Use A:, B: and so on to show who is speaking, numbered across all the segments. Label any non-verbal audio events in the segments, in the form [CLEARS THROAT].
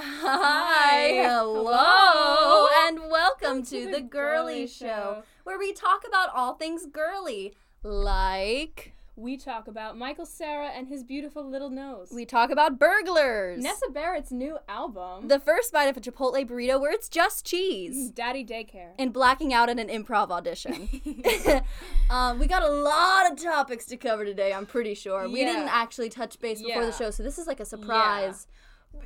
A: Hi, hello,
B: Hello.
A: and welcome to the Girly Show, where we talk about all things girly, like
B: We talk about Michael Sarah and his beautiful little nose.
A: we talk about burglars,
B: Nessa Barrett's new album,
A: the first bite of a Chipotle burrito where it's just cheese,
B: [CLEARS THROAT] Daddy Daycare.
A: and blacking out at an improv audition. [LAUGHS] um, we got a lot of topics to cover today. I'm pretty sure we
B: Yeah.
A: didn't actually touch base before the
B: Yeah.
A: show, so this is like a surprise.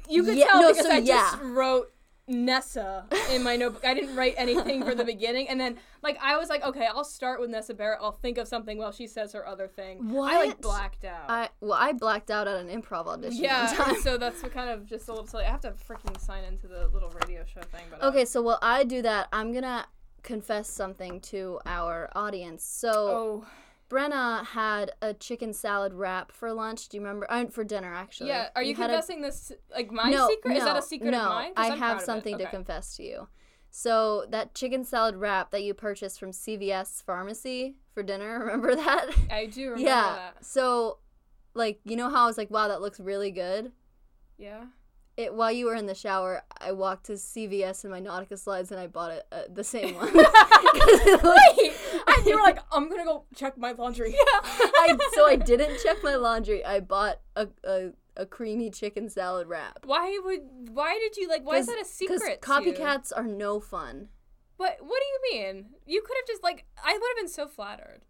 B: you could
A: Yeah,
B: tell
A: no,
B: because
A: so
B: I just
A: yeah.
B: wrote Nessa in my notebook. I didn't write anything [LAUGHS] for the beginning, and then like I was like, okay, I'll start with Nessa Barrett. I'll think of something while she says her other thing. I like
A: What?
B: blacked out.
A: I well, I blacked out at an improv audition. one [LAUGHS]
B: yeah,
A: time.
B: so that's what kind of just a little. silly. I have to freaking sign into the little radio show thing. But uh,
A: Okay, so while I do that, I'm gonna confess something to our audience. So
B: Oh
A: Brenna had a chicken salad wrap for lunch. Do you remember? Uh, for dinner, actually.
B: yeah, are you
A: had a-
B: confessing this like my
A: no,
B: secret? Is that
A: no,
B: a secret
A: no,
B: of mine? 'Cause
A: I
B: I'm proud
A: have
B: of it.
A: something to
B: Okay.
A: confess to you. So that chicken salad wrap that you purchased from CVS pharmacy for dinner, [LAUGHS] remember that?
B: I do remember
A: yeah.
B: that.
A: So, like, you know how I was like, "Wow, that looks really good." [LAUGHS]
B: Yeah.
A: It, while you were in the shower, I walked to CVS in my Nautica slides and I bought it, uh, the
B: [LAUGHS]
A: same one. [LAUGHS] 'Cause it looked-
B: Wait, and you were like, I'm gonna go check my laundry. [LAUGHS] Yeah.
A: [LAUGHS] I, so I didn't check my laundry. I bought a, a, a creamy chicken salad wrap.
B: Why would? Why did you like? Why is
A: 'Cause-
B: that a
A: 'cause
B: secret? to you?
A: copycats are no fun.
B: What What do you mean? You could have just like. I would have been so flattered.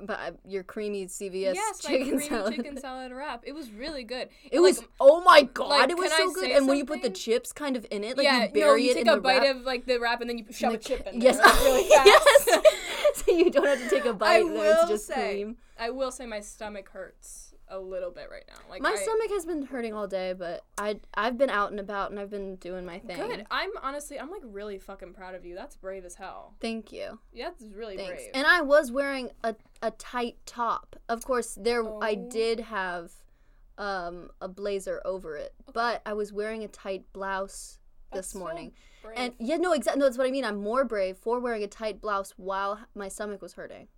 A: But I, your creamy CVS
B: yes, my
A: chicken
B: creamy
A: salad.
B: chicken salad wrap. It was really good.
A: It
B: Like,
A: was oh my god!
B: like,
A: it was
B: can I
A: so good.
B: say
A: And when you put the
B: something?
A: chips kind of in it, like
B: yeah,
A: you
B: no,
A: bury
B: you
A: it
B: take
A: in
B: a
A: the
B: bite
A: wrap.
B: of like the wrap and then you shove
A: [LAUGHS]
B: a chip in
A: yes,
B: there. like, really fast.
A: yes. [LAUGHS] so you don't have to take a bite. and
B: will
A: it's just
B: say,
A: cream.
B: [LAUGHS] I will say my stomach hurts a little bit right now. Like
A: My
B: I,
A: stomach has been hurting all day, but I I've been out and about and I've been doing my thing.
B: Good. I'm honestly, I'm like really fucking proud of you. That's brave as hell.
A: Thank you.
B: Yeah, that's really
A: Thanks.
B: brave.
A: And I was wearing a, a tight top. Of course, there I
B: Oh.
A: did have um, a blazer over it, but I was wearing a tight blouse
B: That's
A: this
B: still
A: morning.
B: brave.
A: And yeah, no, exactly. No, that's what I mean. I'm more brave for wearing a tight blouse while h- my stomach was hurting.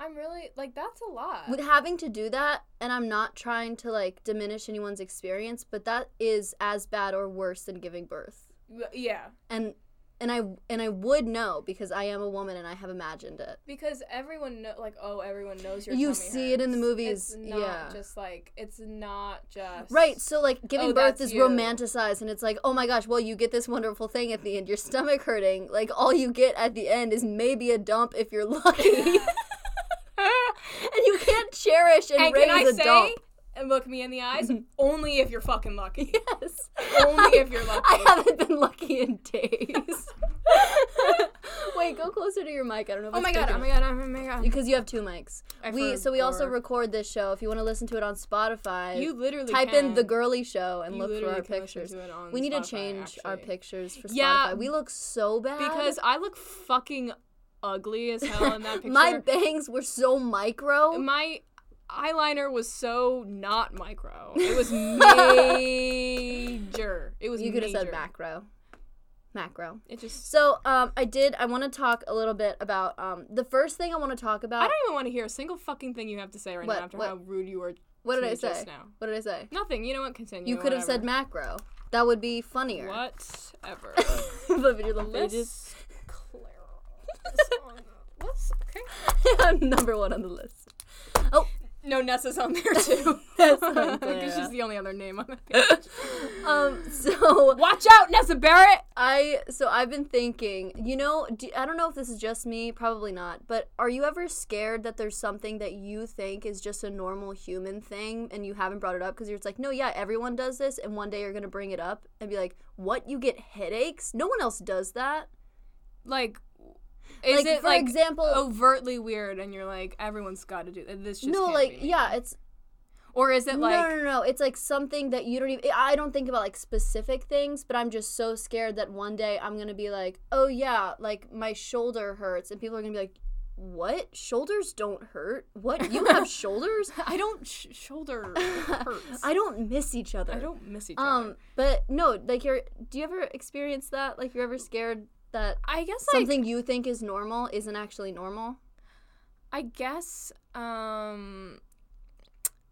B: I'm really like that's a lot.
A: With having to do that, and I'm not trying to like diminish anyone's experience, but that is as bad or worse than giving birth.
B: W- yeah,
A: And and I and I would know because I am a woman and I have imagined it.
B: because everyone know like oh everyone knows your
A: You
B: tummy
A: see it in the
B: hurts.
A: movies,
B: It's not
A: yeah.
B: just like it's not just
A: Right, so like giving
B: Oh,
A: birth
B: that's
A: is
B: you.
A: romanticized, and it's like, oh my gosh, well, you get this wonderful thing at the end, your stomach hurting. Like, all you get at the end is maybe a dump if you're lucky.
B: [LAUGHS]
A: and you can't cherish and,
B: and
A: raise
B: can I
A: a
B: say
A: dump.
B: [LAUGHS] and look me in the
A: [LAUGHS]
B: eyes only if you're fucking lucky.
A: Yes.
B: Only if you're lucky.
A: [LAUGHS] I haven't been lucky in
B: [LAUGHS]
A: days. Wait, go closer to your mic. I don't know if
B: [LAUGHS] Oh
A: it's
B: my god!
A: big
B: Oh
A: enough.
B: my god! Oh my god!
A: Because you have two mics.
B: I
A: we So we also
B: forgot.
A: record this show. If you want to listen to it on Spotify,
B: You literally
A: type in
B: can.
A: the girly show and
B: You
A: look for
B: literally
A: our
B: can listen
A: pictures.
B: to it on
A: We need
B: Spotify,
A: to change our
B: actually.
A: pictures for Spotify.
B: Yeah,
A: we look so bad
B: because I look fucking ugly as hell in that picture.
A: [LAUGHS] my bangs were so micro.
B: my eyeliner was so not micro. It was major. It was
A: you could have said
B: major.
A: macro, macro.
B: It just.
A: So um, I did. I want to talk a little bit about um. The first thing I want to talk
B: I
A: about.
B: don't even want to hear a single fucking thing you have to say right
A: What-
B: now after
A: what-
B: how rude you were.
A: What did
B: to
A: I
B: me just
A: say?
B: now.
A: What did I say?
B: Nothing. You know what? Continue.
A: You could have said macro. That would be funnier. [LAUGHS]
B: whatever.
A: but you're the pages. [LAUGHS]
B: Let's clear. [LAUGHS] Let's, okay.
A: I'm number one on the list.
B: [LAUGHS] No, Nessa's on there too.
A: [LAUGHS]
B: [LAUGHS]
A: That's
B: Because she's
A: unclear.
B: the only other name on that page.
A: um. [LAUGHS] So
B: Watch out, Nessa Barrett.
A: I so I've been thinking, you know, do, I don't know if this is just me, probably not, but are you ever scared that there's something that you think is just a normal human thing and you haven't brought it up because you're just like, no, yeah, everyone does this, and one day you're gonna bring it up and be like, what? You get headaches? No one else does that.
B: Like, is
A: like
B: it
A: for
B: like
A: example,
B: overtly weird and you're like everyone's got to do that. this just
A: no,
B: can't
A: like
B: be me.
A: yeah, it's
B: or is it like [LAUGHS]
A: no, no, no, no. It's like something that you don't even. I don't think about like specific things, but I'm just so scared that one day I'm gonna be like, oh yeah, like my shoulder hurts, and people are gonna be like, what? Shoulders don't hurt. What?
B: [LAUGHS]
A: You have shoulders?
B: I don't sh-
A: [LAUGHS]
B: shoulder hurts. [LAUGHS]
A: I don't miss each other.
B: I don't miss each other.
A: Um, but no, like you're. Do you ever experience that? Like you're ever scared that
B: I guess like
A: something you think is normal isn't actually normal?
B: I guess um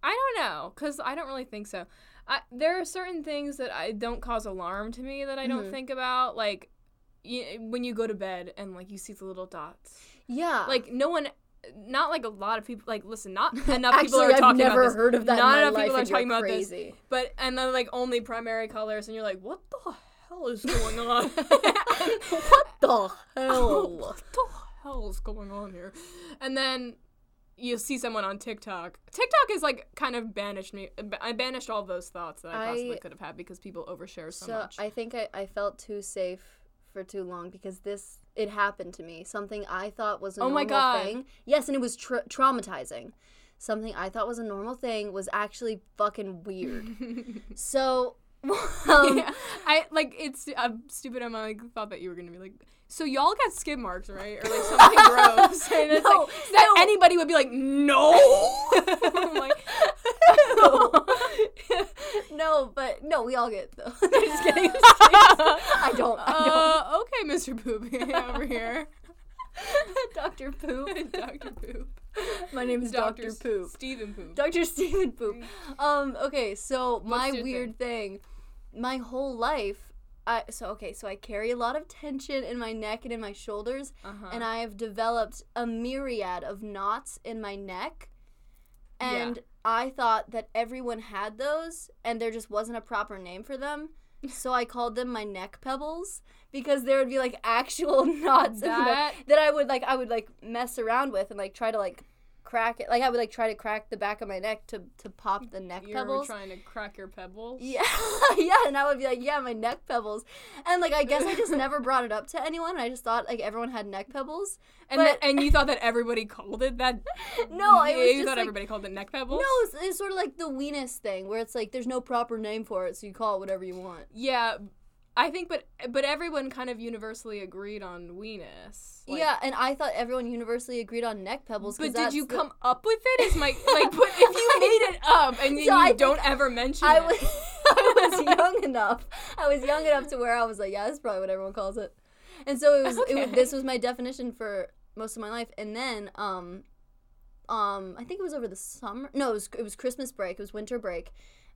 B: I don't know cuz I don't really think so. I, there are certain things that I don't cause alarm to me that I don't
A: Mhm.
B: think about, like y- when you go to bed and like you see the little dots.
A: Yeah.
B: Like no one, not like a lot of people. Like
A: [LAUGHS]
B: listen, not enough people are
A: Actually,
B: talking
A: I've never
B: about this.
A: heard of that.
B: Not
A: in my life
B: enough people are
A: and you're
B: talking about this.
A: crazy.
B: [LAUGHS]
A: [LAUGHS]
B: But and then like only primary colors, and you're like, what the hell [LAUGHS] is going on?
A: what
B: Oh,
A: the hell?
B: what the hell is going on here? And then you see someone on TikTok. TikTok is like kind of banished me. I banished all those thoughts that I, possibly
A: I-
B: could have had because people overshare so,
A: So
B: much.
A: I think I, I felt too safe for too long because this it happened to me. Something I thought was a
B: Oh
A: normal
B: my God.
A: thing. Yes, and it was tra- traumatizing. Something I thought was a normal thing was actually fucking weird.
B: [LAUGHS]
A: so [LAUGHS] um,
B: Yeah. I like it's I'm stupid. I'm like thought that you were gonna be like, so y'all got skid marks, right? Or like something
A: [LAUGHS]
B: gross. And it's
A: No,
B: like that anybody would be like,
A: [LAUGHS]
B: no. [LAUGHS] I'm like,
A: no, but no, we all get though. [LAUGHS] just
B: [LAUGHS]
A: kidding. [LAUGHS] I don't. I
B: uh, okay, Mr. Poop [LAUGHS] over here.
A: don't. Doctor
B: [LAUGHS]
A: Poop.
B: Dr. Poop.
A: My name is Doctor Poop.
B: Steven Poop.
A: Dr. Steven
B: [LAUGHS]
A: Poop. Um, okay, so my
B: your
A: weird thing? my whole life, I so okay, so I carry a lot of tension in my neck and in my shoulders,
B: Uh-huh.
A: and I have developed a myriad of knots in my neck.
B: Yeah.
A: And I thought that everyone had those, and there just wasn't a proper name for them.
B: [LAUGHS]
A: So I called them my neck pebbles because there would be like actual [LAUGHS] knots in my-
B: That-
A: that I would like I would like mess around with and like try to like crack it. Like I would like try to crack the back of my neck to to pop the neck
B: You're
A: pebbles.
B: trying to crack your pebbles.
A: Yeah, [LAUGHS] yeah, and I would be like, yeah, my neck pebbles, and like I guess I just never brought it up to anyone. I just thought like everyone had neck pebbles.
B: And
A: But-
B: that- and you thought that everybody called it that.
A: [LAUGHS] No, it
B: Yeah,
A: was
B: you
A: just
B: thought
A: like-
B: everybody called it neck pebbles.
A: No, it's, it's sort of like the weenus thing where it's like there's no proper name for it, so you call it whatever you want.
B: Yeah, I think, but but everyone kind of universally agreed on weenus. Like,
A: yeah, and I thought everyone universally agreed on neck pebbles. 'cause
B: But did you
A: that's the-
B: come up with it? Is my
A: [LAUGHS]
B: like, but if you made it up and then
A: So I
B: you
A: think
B: don't ever mention
A: I
B: it,
A: was [LAUGHS] I was young enough. I was young enough to where I was like, yeah, that's probably what everyone calls it. And so it was, it
B: Okay.
A: was this was my definition for most of my life. And then um um I think it was over the summer. No, it was it was Christmas break. It was winter break.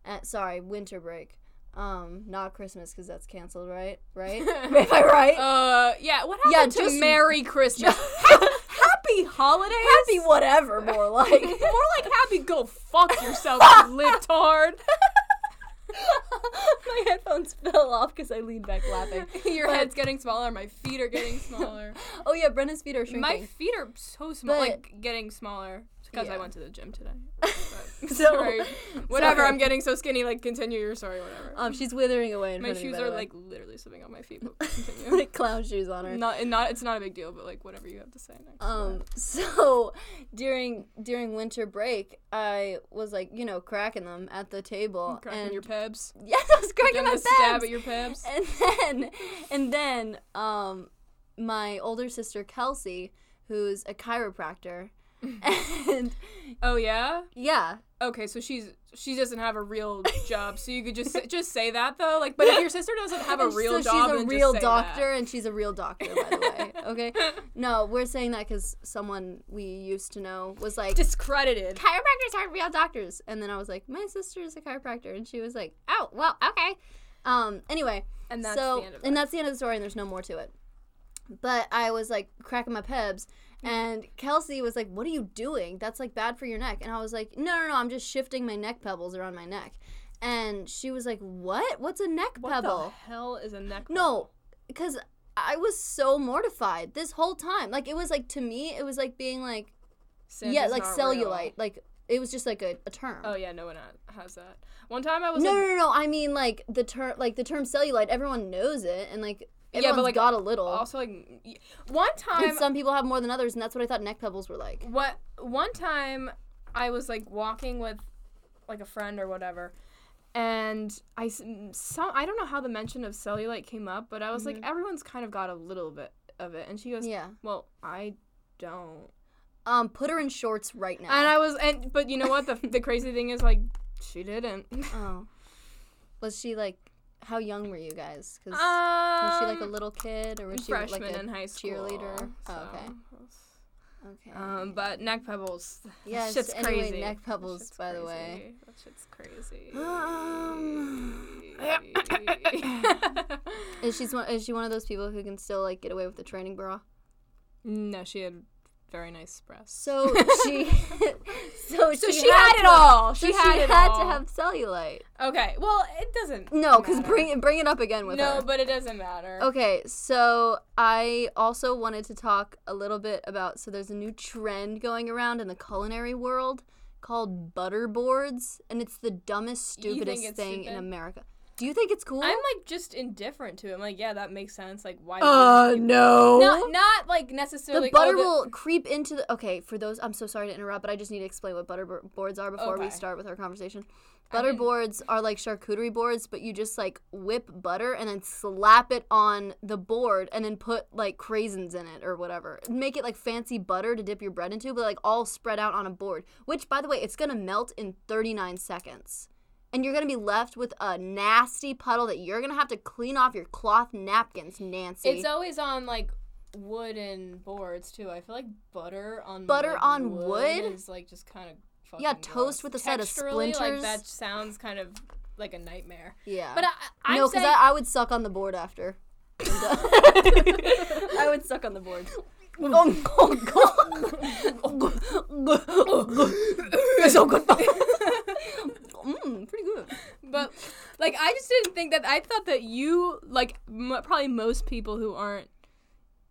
A: Uh, sorry, winter break. Um not Christmas cuz that's canceled, right? [LAUGHS] Right? Am I right?
B: uh, yeah, what happened
A: Yeah,
B: to
A: just-
B: Merry
A: [LAUGHS]
B: Christmas, Ha- Happy Holidays,
A: Happy whatever more like. [LAUGHS]
B: more like Happy Go Fuck Yourself,
A: [LAUGHS]
B: you libtard.
A: my headphones fell off cuz I leaned back laughing.
B: Your
A: But-
B: head's getting smaller. My feet are getting smaller.
A: Oh yeah, Brenna's feet are shrinking.
B: My feet are so small,
A: But-
B: like getting smaller because I
A: Yeah.
B: went to the
A: [LAUGHS]
B: gym today. But-
A: So-
B: sorry, whatever.
A: sorry.
B: I'm getting so skinny. Like, continue. You're sorry. Whatever.
A: um she's withering away in
B: my
A: front of me,
B: shoes
A: by the
B: are
A: way.
B: like literally sitting on my feet.
A: [LAUGHS]
B: But continue.
A: like clown shoes on her.
B: not, and not. It's not a big deal. But like, whatever you have to say next.
A: Um,
B: [LAUGHS]
A: so during during winter break, I was like, you know, cracking them at the table,
B: cracking
A: and
B: your pebs.
A: [LAUGHS] yes, I was cracking
B: Getting
A: my
B: a stab
A: pants.
B: at your pebs.
A: [LAUGHS] And then, and then, um, my older sister Kelsey, who's a
B: [LAUGHS]
A: chiropractor, and
B: Oh yeah.
A: yeah,
B: Okay, so she's she doesn't have
A: [LAUGHS]
B: a real job. So you could just say- just say that though. Like, but if your sister doesn't have a
A: And [LAUGHS]
B: real
A: so
B: job,
A: she's a
B: then
A: real
B: just say that.
A: doctor, and she's a real doctor, by the way.
B: [LAUGHS]
A: Okay, no, we're saying that because someone we used to know was like,
B: Discredited.
A: chiropractors aren't real doctors. And then I was like, my sister is a chiropractor, and she was like, oh, well, okay. Um. Anyway,
B: And that's
A: so
B: the end of it.
A: and that's the end of the story, and there's no more to it. But I was like cracking my pebs,
B: Mm.
A: and Kelsey was like, "What are you doing? That's like bad for your neck." And I was like, "No, no, no, I'm just shifting my neck pebbles around my neck." And she was like, "What? What's a neck
B: What
A: pebble?"
B: the hell is a neck?
A: No, because I was so mortified this whole time. Like it was like to me, it was like being like
B: Sin
A: yeah,
B: is
A: like
B: not real.
A: cellulite. Like it was just like a, a term.
B: Oh yeah, no one ha- has that. One time I was
A: no,
B: like,
A: no, no, no. I mean like the term, like the term cellulite. Everyone knows it, and like
B: but,
A: everyone's
B: like,
A: got a little.
B: also like y- one time
A: and some people have more than others, and that's what I thought neck pebbles were like.
B: what one time I was like walking with like a friend or whatever. And I s- some I don't know how the mention of cellulite came up, but I was like everyone's kind of got a little bit of it. And she goes,
A: Mm-hmm. Yeah.
B: "Well, I don't."
A: Um, put her in shorts right now.
B: And I was and but you know what the the crazy thing is like
A: [LAUGHS]
B: she didn't.
A: oh, was she like? How young were you guys? 'Cause was
B: was
A: she like a little kid, or was she
B: Um, freshman
A: like a
B: in high school
A: cheerleader? Oh, okay.
B: so-
A: Okay.
B: Um, but neck pebbles. [LAUGHS]
A: yes.
B: shit's
A: anyway,
B: crazy.
A: neck
B: That
A: pebbles,
B: shit's
A: by the way.
B: crazy. That shit's crazy.
A: [GASPS] Is she's one, is she one of those people who can still like get away with the training
B: [LAUGHS]
A: bra?
B: [LAUGHS] no, she had very nice breasts.
A: So she, [LAUGHS] so
B: So
A: she,
B: she, had, it all.
A: so
B: She had
A: she
B: it
A: had
B: all.
A: to have cellulite.
B: Okay, well, it doesn't.
A: No, because
B: matter.
A: bring bring it up again with
B: No,
A: her.
B: but it doesn't matter.
A: Okay, so I also wanted to talk a little bit about so there's a new trend going around in the culinary world called butter boards, and it's the dumbest,
B: You think
A: stupidest
B: it's
A: thing in
B: stupid?
A: America. Do you think it's cool?
B: I'm like just indifferent to it. I'm like, yeah, that makes sense. Like, why?
A: uh
B: wouldn't
A: no.
B: you- not not like
A: the
B: necessarily. oh,
A: butter
B: the-
A: will creep into the okay for those i'm so sorry to interrupt but i just need to explain what butter bo- boards are before we
B: Okay.
A: start with our conversation
B: I
A: butter
B: didn't-
A: boards are like charcuterie boards but you just like whip butter and then slap it on the board and then put like craisins in it or whatever make it like fancy butter to dip your bread into but like all spread out on a board which by the way it's gonna melt in 39 seconds and you're gonna be left with a nasty puddle that you're gonna have to clean off your cloth napkins nancy
B: It's always on like wooden boards too. I feel like butter on
A: Butter
B: like,
A: on wood?
B: is like just kind of
A: Yeah, toast with a set of
B: Like
A: splinters.
B: that sounds kind of like a nightmare.
A: yeah
B: But I, I- I'm
A: no, because
B: saying
A: I, I would suck on the board after. [LAUGHS] I would suck on the board. [LAUGHS] it's so good. mm, pretty good.
B: [LAUGHS] But like, I just didn't think that. I thought that you like m- probably most people who aren't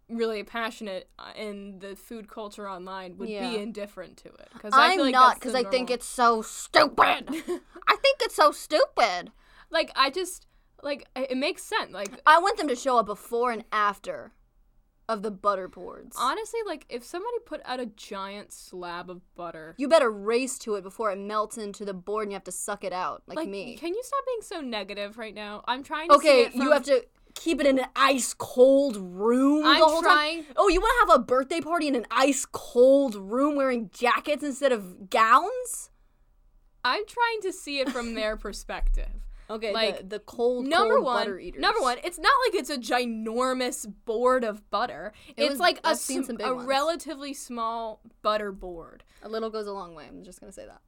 B: really passionate uh, in the food culture online would
A: Yeah.
B: be indifferent to it. Because
A: I'm not
B: because
A: because I think it's so stupid. I [LAUGHS] think it's so stupid.
B: like I just like it it makes sense. Like
A: I want them to show a before and after of the butter boards.
B: honestly, like if somebody put out a giant slab of butter.
A: you better race to it before it melts into the board and you have to suck it out like,
B: Like
A: me.
B: can you stop being so negative right now? I'm trying to see
A: Okay,
B: it
A: you
B: from-
A: have to keep it in an ice cold room
B: I'm
A: the whole
B: trying-
A: time. Oh, you want to have a birthday party in an ice cold room wearing jackets instead of gowns?
B: I'm trying to see it from their perspective.
A: Okay,
B: Like,
A: the, the cold
B: number
A: cold
B: one,
A: butter eaters.
B: number one, it's not like it's a ginormous board of butter.
A: It
B: it's
A: was-
B: like a,
A: I've seen
B: sm-
A: some big
B: a
A: ones.
B: relatively small butter board,
A: a little goes a long way. I'm just gonna say that.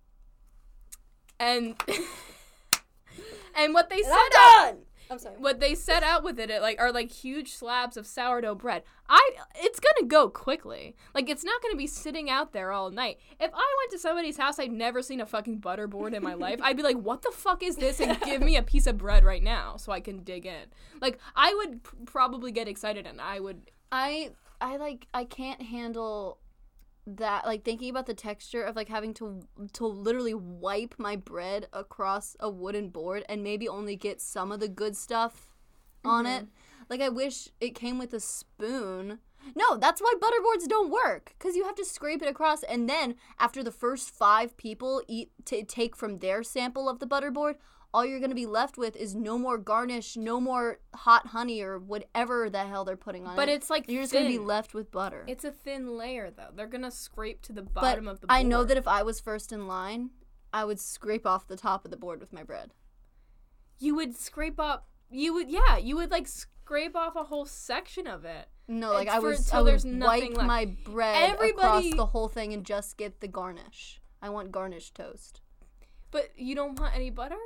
B: and [LAUGHS] and what they set out,
A: I'm done. I'm sorry.
B: what they set out with it, it like are like huge slabs of sourdough bread. I it's gonna go quickly. Like it's not gonna be sitting out there all night. If I went to somebody's house I'd never seen a fucking butter board in my [LAUGHS] life, I'd be like, what the fuck is this? And give me a piece of bread right now so I can dig in. Like I would pr- probably get excited and I would
A: I I like I can't handle that like thinking about the texture of like having to to literally wipe my bread across a wooden board and maybe only get some of the good stuff on it.
B: Mm-hmm.
A: Like I wish it came with a spoon. No, that's why butterboards don't work cuz you have to scrape it across and then after the first 5 people eat t- take from their sample of the butterboard, all you're going to be left with is no more garnish, no more hot honey or whatever the hell they're putting on it.
B: But it's like
A: You're just gonna be
B: thin.
A: left with butter.
B: It's a thin layer though. They're gonna scrape to the
A: but
B: bottom of the board.
A: I know that if I was first in line, I would scrape off the top of the board with my bread.
B: you would scrape up you would yeah, you would like scrape off a whole section of it.
A: No, like
B: It's
A: I
B: for-
A: would,
B: so
A: I would
B: there's nothing
A: wipe
B: left.
A: my bread across
B: Everybody-
A: the whole thing and just get the garnish. I want garnish toast.
B: But you don't want any butter?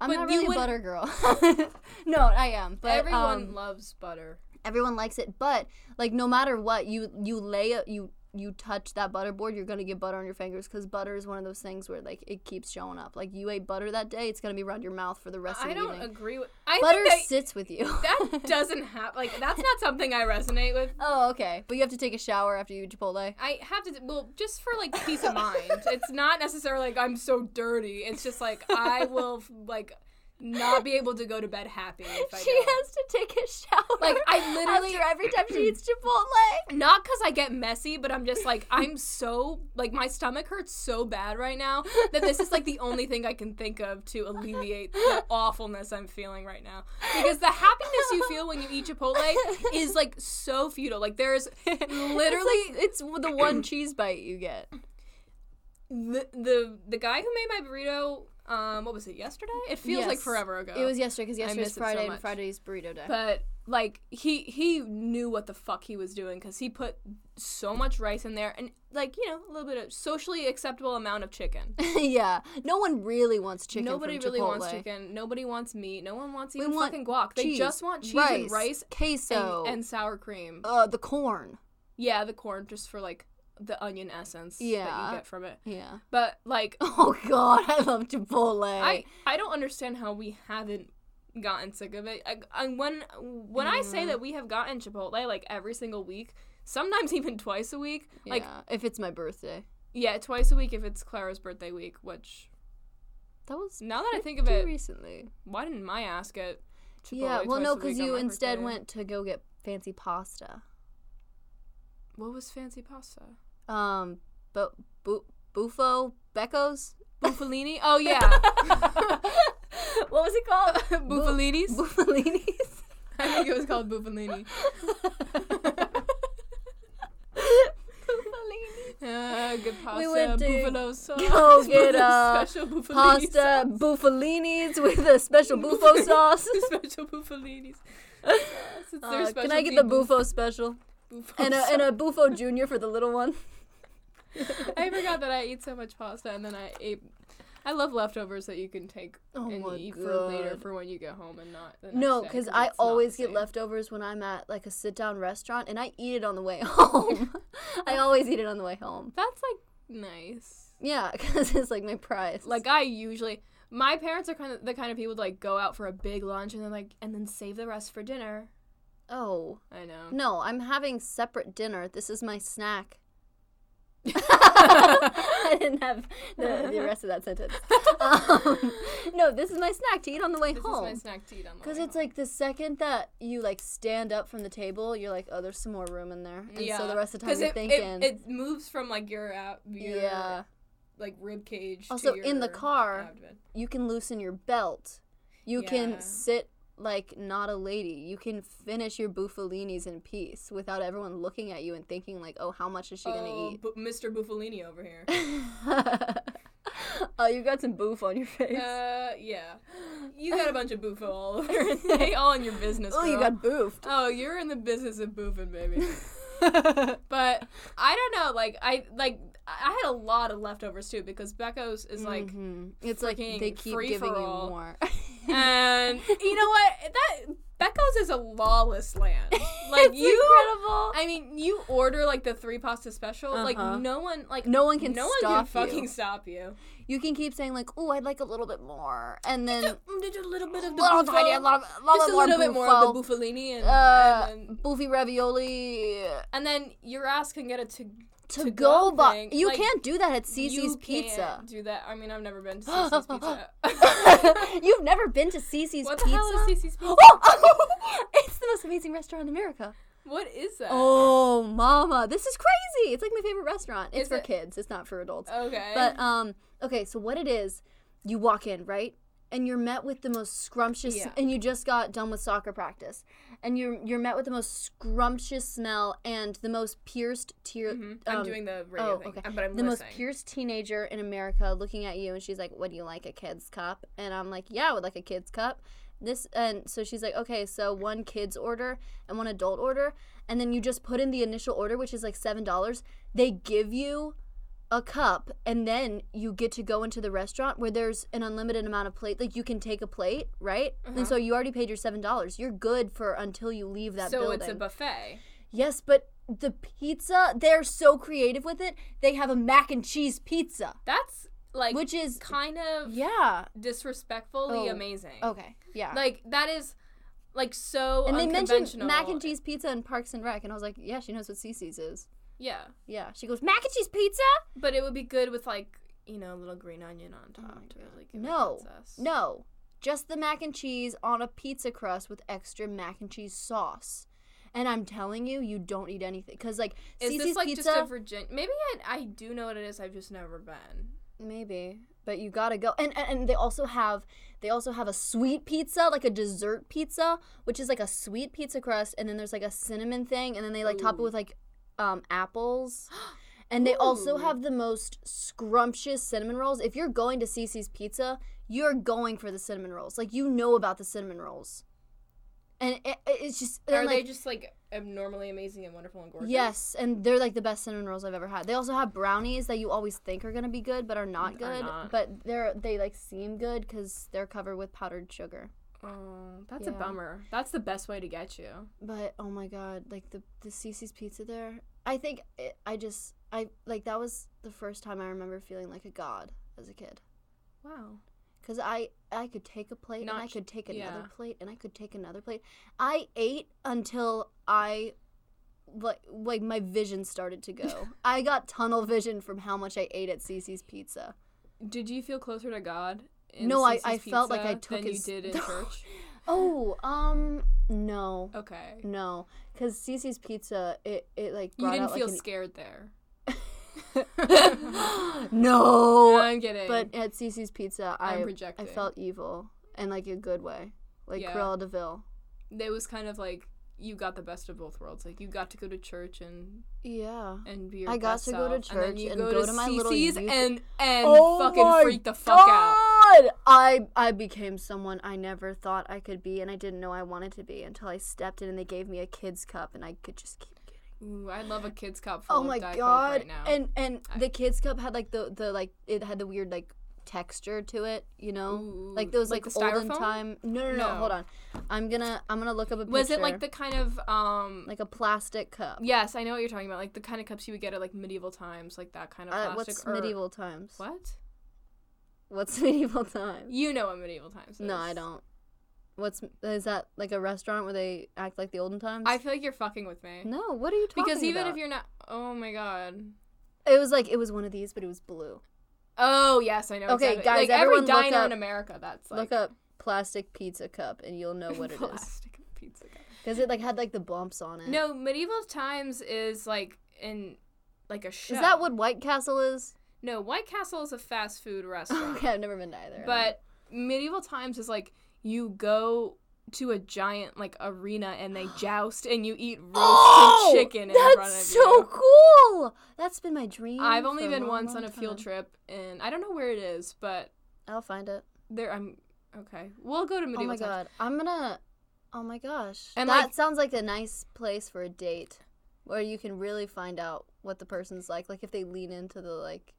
A: I'm
B: But
A: not
B: you
A: really a
B: would-
A: butter girl. [LAUGHS] no, I am, but
B: Everyone
A: um,
B: loves butter.
A: everyone likes it. But like, no matter what, you you lay a, you you touch that butter board, you're gonna get butter on your fingers because butter is one of those things where like it keeps showing up. Like you ate butter that day, it's gonna be around your mouth for the rest of
B: I
A: the
B: don't
A: evening.
B: agree with I
A: butter
B: think
A: sits with you. [LAUGHS]
B: that, [LAUGHS] that doesn't happen. Like that's not something I resonate with.
A: oh, okay. But you have to take a shower after you eat Chipotle.
B: I have to well just for like peace of [LAUGHS] mind. It's not necessarily like I'm so dirty. It's just like I will like not be able to go to bed happy if [LAUGHS] I
A: She
B: don't.
A: has to take a shower.
B: Like, I
A: [LAUGHS]
B: literally-
A: after every time she
B: [CLEARS THROAT]
A: eats Chipotle.
B: not because I get messy, but I'm just like I'm so like my stomach hurts so bad right now that this is like the only thing I can think of to alleviate the awfulness I'm feeling right now. Because the happiness you feel when you eat Chipotle is like so futile. Like there [LAUGHS] is literally
A: it's, like- it's [CLEARS THROAT] the one cheese bite you get.
B: the the the guy who made my burrito Um, what was it yesterday? It feels like
A: Yes.
B: forever ago.
A: It was yesterday because yesterday's
B: Oh, miss it so
A: Friday
B: much.
A: and Friday's burrito day.
B: but like he he knew what the fuck he was doing because he put so much rice in there and like you know a little bit of socially acceptable amount of chicken.
A: [LAUGHS] yeah, no one really wants chicken.
B: Nobody
A: from
B: really wants
A: Chipotle.
B: chicken. Nobody wants meat. No one wants
A: We
B: even
A: want
B: fucking guac. They
A: cheese,
B: just want cheese and rice and,
A: queso,
B: and sour cream.
A: uh, the corn.
B: yeah, the corn just for like the onion essence that
A: Yeah.
B: you get from it.
A: Yeah.
B: But like
A: [LAUGHS] Oh God, I love Chipotle.
B: I I don't understand how we haven't gotten sick of it. I, I, when when I say
A: Yeah.
B: that we have gotten Chipotle like every single week, sometimes [LAUGHS] even twice a week. Like
A: yeah, if it's my birthday,
B: yeah, twice a week if it's Clara's birthday week, which
A: that was
B: now that I think of
A: pretty
B: it,
A: recently.
B: why didn't I ask it? Chipotle
A: yeah, well,
B: twice
A: no,
B: a
A: because
B: week on
A: you
B: my
A: instead
B: birthday?
A: went to go get fancy pasta.
B: What was fancy pasta?
A: Um, but bu- Bufo Becco's
B: Buffalini?
A: [LAUGHS]
B: Oh yeah. [LAUGHS] what was it called? Buffalinis?
A: Buffalini's.
B: I think it was called Buffalini. [LAUGHS] Ah, good pasta.
A: went to
B: buffalo
A: [LAUGHS]
B: sauce.
A: go get,
B: buffalo-
A: uh,
B: special buffalini
A: [LAUGHS] Pasta
B: sauce.
A: Buffalini's with a special Bufo sauce.
B: [LAUGHS] special buffalinis. sauce. It's their
A: Uh, can I
B: specialty
A: get the
B: buff-
A: Bufo special
B: buffalo
A: and a
B: sauce.
A: and a Bufo Junior for the little one?
B: I forgot that I eat so much pasta, and then I ate. I love leftovers that you can take
A: Oh
B: and
A: my
B: eat for later
A: God.
B: for when you get home and not. The next
A: No,
B: day,
A: because I
B: it's not the
A: always get
B: same.
A: leftovers when I'm at like a sit down restaurant, and I eat it on the way [LAUGHS] home. I always eat it on the way home.
B: That's like nice.
A: Yeah, [LAUGHS] because it's like my prize.
B: Like I usually, my parents are kind of the kind of people to like go out for a big lunch and then like and then save the rest for dinner.
A: oh
B: I know.
A: no, I'm having separate dinner. This is my snack. [LAUGHS] I didn't have the,
B: [LAUGHS]
A: the rest of that sentence. Um, [LAUGHS] no, this is my snack to eat on the way
B: This
A: home.
B: is my snack to eat on the
A: Because
B: way
A: it's like the second that you like stand up from the table, you're like, oh, there's some more room in there.
B: home.
A: And so the rest of the time
B: 'Cause
A: you're
B: it,
A: thinking,
B: it, it moves from like your out your
A: yeah.
B: like rib cage.
A: Also,
B: to
A: in the
B: your
A: car-
B: abdomen.
A: You can loosen your belt. You can
B: Yeah.
A: sit like not a lady. You can finish your buffalinis in peace without everyone looking at you and thinking like, oh, how much is she
B: oh,
A: gonna eat?
B: Bu- Mr. Buffalini over here.
A: [LAUGHS] oh, you got some boof on your face.
B: uh, yeah. You got a bunch of buffo all
A: [LAUGHS]
B: over. [LAUGHS] they all in your business.
A: oh, you
B: girl.
A: got boofed.
B: Oh, you're in the business of boofing, baby. but I don't know. Like I like I had a lot of leftovers too because Becco's is [LAUGHS] like,
A: Mhm. it's like they
B: freaking
A: keep giving you
B: free-for-all.
A: more.
B: [LAUGHS]
A: [LAUGHS]
B: and you know what? That Becco's is a
A: [LAUGHS]
B: lawless land. Like
A: It's
B: you,
A: incredible.
B: I mean, you order like the three pasta special.
A: Uh-huh.
B: Like no one, like
A: no one can
B: no
A: stop
B: one
A: you.
B: can fucking stop you.
A: you can keep saying like, "Oh, I'd like a little bit more," and then
B: Mm, Just a little bit of the
A: little
B: buffo,
A: tiny, a lot, of, a lot
B: just a
A: more
B: little bit more
A: buffo,
B: of the buffalini, and,
A: uh,
B: and, then,
A: boofy ravioli
B: and then your ass can get it to
A: to,
B: To
A: go,
B: go
A: but
B: thing,
A: you
B: like,
A: can't do that at
B: you
A: Cece's
B: can't
A: Pizza. [LAUGHS]
B: Do that? I mean, I've never been to Cece's Pizza.
A: You've never been to Cece's
B: what the
A: Pizza?
B: hell is
A: [GASPS]
B: Cece's Pizza?
A: [LAUGHS] Oh! [LAUGHS] it's the most amazing restaurant in America.
B: What is that?
A: Oh, mama, this is crazy! It's like my favorite restaurant. It's
B: Is
A: for
B: it-
A: kids. It's not for adults.
B: Okay.
A: But um, okay, so what it is, you walk in, right? And you're met with the most scrumptious
B: Yeah.
A: and you just got done with soccer practice. And you're you're met with the most scrumptious smell and the most pierced tear
B: Mhm. I'm
A: um,
B: doing the radio
A: oh,
B: thing,
A: okay.
B: uh, but I'm
A: the most
B: listening.
A: pierced teenager in America looking at you and she's like, What do you like, a kid's cup? And I'm like, Yeah, I would like a kid's cup. This and so she's like, Okay, so one kid's order and one adult order, and then you just put in the initial order, which is like seven dollars. They give you a cup and then you get to go into the restaurant where there's an unlimited amount of plate like you can take a plate right
B: Uh-huh.
A: and so you already paid your seven dollars you're good for until you leave that
B: so
A: building
B: it's a buffet.
A: Yes, but the pizza, they're so creative with it. They have a mac and cheese pizza,
B: That's like
A: which is
B: kind of
A: yeah. Oh,
B: disrespectfully amazing.
A: Okay. Yeah.
B: Like that is like so
A: and they mentioned
B: unconventional.
A: mac and cheese pizza in Parks and Rec and I was like, "Yeah, she knows what Cece's is."
B: Yeah,
A: Yeah. She goes, "Mac and cheese pizza?"
B: but it would be good with like you know a little green onion on top
A: Oh my
B: to really give
A: No.
B: it princess.
A: No. Just the mac and cheese on a pizza crust with extra mac and cheese sauce. And I'm telling you, you don't eat anything cuz like
B: Is
A: Cece's
B: this like
A: pizza
B: just a Virginia? Maybe I, I do know what it is. I've just never been.
A: Maybe, but you gotta go. And, and and they also have they also have a sweet pizza, like a dessert pizza, which is like a sweet pizza crust, and then there's like a cinnamon thing, and then they like top it
B: Ooh.
A: with like um, apples. [GASPS] And they also
B: Ooh.
A: have the most scrumptious cinnamon rolls. If you're going to Cece's Pizza, you're going for the cinnamon rolls. Like you know about the cinnamon rolls, and it, it- it's just and
B: Are
A: like,
B: they just like abnormally amazing and wonderful and gorgeous?
A: Yes, and they're like the best cinnamon rolls I've ever had. They also have brownies that you always think are gonna be good, but are not
B: Are
A: good.
B: not.
A: But they're they like seem good because they're covered with powdered sugar.
B: Oh, that's a
A: Yeah.
B: bummer. That's the best way to get you.
A: But oh my god, like the the Cece's pizza there. I think it, I just I like that was the first time I remember feeling like a god as a kid.
B: Wow.
A: Cause I I could take a plate and
B: Not
A: I
B: sh-
A: could take another
B: yeah.
A: plate and I could take another plate. I ate until I like like my vision started to
B: [LAUGHS]
A: go. I got tunnel vision from how much I ate at Cece's Pizza.
B: Did you feel closer to God? In
A: No, I-
B: Cece's
A: I felt like I
B: Pizza
A: took
B: than
A: his-
B: you
A: [LAUGHS]
B: did in church.
A: Oh, [GASPS] um, no,
B: Okay.
A: no, because Cece's Pizza it it like
B: You
A: brought
B: didn't
A: out,
B: feel
A: like,
B: scared there.
A: an- [LAUGHS] no,
B: [LAUGHS] I'm kidding.
A: but at Cece's Pizza
B: I'm
A: I I
B: projecting.
A: felt evil and like a good way, like
B: Yeah.
A: Cruella Deville.
B: it was kind of like you got the best of both worlds. Like you got to go to church and
A: Yeah.
B: and be your
A: I got
B: best
A: to go to
B: self, and then
A: church
B: you
A: and
B: go,
A: go
B: to,
A: to my little
B: CC's
A: youth-
B: and and
A: Oh my
B: fucking freak the fuck out.
A: God! I I became someone I never thought I could be, and I didn't know I wanted to be until I stepped in and they gave me a kids cup, and I could just keep. getting
B: Ooh, I love a kids cup. Full
A: Oh
B: of
A: my
B: Diet Coke
A: god!
B: Right now.
A: And and the kids cup had like the the like it had the weird like texture to it, you know,
B: Ooh,
A: like those like,
B: like the
A: olden
B: styrofoam?
A: time. No, no, no,
B: No.
A: Hold on, I'm gonna I'm gonna look up a picture.
B: was it like the kind of um
A: like a plastic cup?
B: Yes, I know what you're talking about. Like the kind of cups you would get at like medieval times, like that kind of
A: Uh,
B: plastic.
A: what's
B: or-
A: medieval times?
B: What?
A: What's [LAUGHS] medieval times?
B: You know what medieval times is.
A: No, I don't. What's is that like a restaurant where they act like the olden times?
B: I feel like you're fucking with me.
A: no. What are you talking
B: because even
A: about?
B: if you're not, oh my god.
A: you're, it was like it was one of these, but it was blue.
B: Oh yes, I know.
A: Okay,
B: exactly.
A: guys,
B: like every
A: everyone look
B: diner
A: up-
B: in America, that's like
A: Look up plastic pizza cup, and you'll know
B: [LAUGHS]
A: what it is Mm.
B: plastic pizza. cup.
A: because it like had like the bumps on it.
B: No, medieval times is like in like a show.
A: Is that what White Castle
B: [LAUGHS]
A: is?
B: No, White Castle is a fast food restaurant.
A: okay, I've never been to either. [GASPS]
B: But medieval times is like you go to a giant like arena
A: [GASPS]
B: and they joust and you eat roasted chicken in
A: Oh, that's
B: front of
A: so
B: you.
A: cool. That's been my dream.
B: I've only
A: for a
B: been
A: long,
B: once
A: long
B: on a field
A: time.
B: trip and I don't know where it is, but
A: I'll find it.
B: there I'm okay. We'll go to medieval
A: oh my
B: times.
A: god, I'm gonna. Oh my gosh,
B: And,
A: that
B: like-
A: sounds like a nice place for a date, where you can really find out what the person's like. Like if they lean into the like.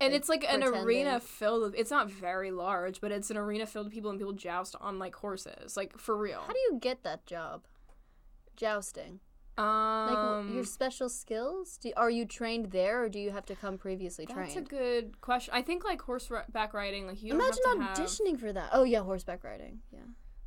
B: And
A: like,
B: it's like an
A: pretending.
B: arena filled with it's not very large, but it's an arena filled with people and people joust on like horses. Like for real.
A: How do you get that job? Jousting, like w-
B: um
A: your special skills. Do, are you trained there, or do you have to come previously
B: That's a
A: trained?
B: good question. I think like horseback riding, like you don't
A: Imagine
B: have to have-
A: auditioning for that. Oh yeah, horseback riding. Yeah.